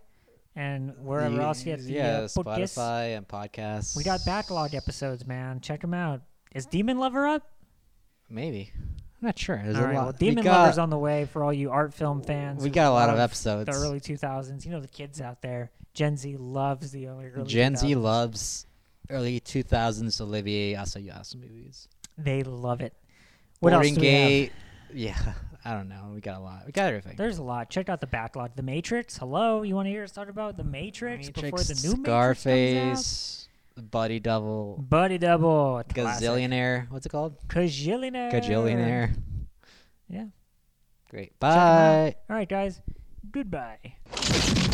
Speaker 1: and wherever
Speaker 2: The-
Speaker 1: else you get the
Speaker 2: yeah,
Speaker 1: uh, podcasts.
Speaker 2: Spotify and podcasts.
Speaker 1: We got backlog episodes, man. Check them out. Is Demon Lover up?
Speaker 2: Maybe. I'm not sure. There's
Speaker 1: all
Speaker 2: a
Speaker 1: right,
Speaker 2: lot.
Speaker 1: well,
Speaker 2: we
Speaker 1: Demon
Speaker 2: got,
Speaker 1: Lover's on the way for all you art film fans.
Speaker 2: We
Speaker 1: who
Speaker 2: got a lot of
Speaker 1: love
Speaker 2: episodes.
Speaker 1: The early 2000s. You know, the kids out there. Gen Z loves the early, early
Speaker 2: Gen Z
Speaker 1: 2000s.
Speaker 2: loves early 2000s Olivier Assayas movies.
Speaker 1: They love it. What
Speaker 2: Boring
Speaker 1: else do we have?
Speaker 2: Gay. Yeah, I don't know. We got a lot. We got everything.
Speaker 1: There's a lot. Check out the backlog. The Matrix. Hello, you want to hear us talk about The Matrix, before the new Matrix
Speaker 2: Scarface, Buddy
Speaker 1: comes
Speaker 2: Double,
Speaker 1: out? Buddy Double. a classic.
Speaker 2: Gazillionaire. What's it called?
Speaker 1: Gazillionaire.
Speaker 2: Gazillionaire.
Speaker 1: Yeah.
Speaker 2: Great.
Speaker 1: Check 'em out.
Speaker 2: Bye.
Speaker 1: All right, guys. Goodbye.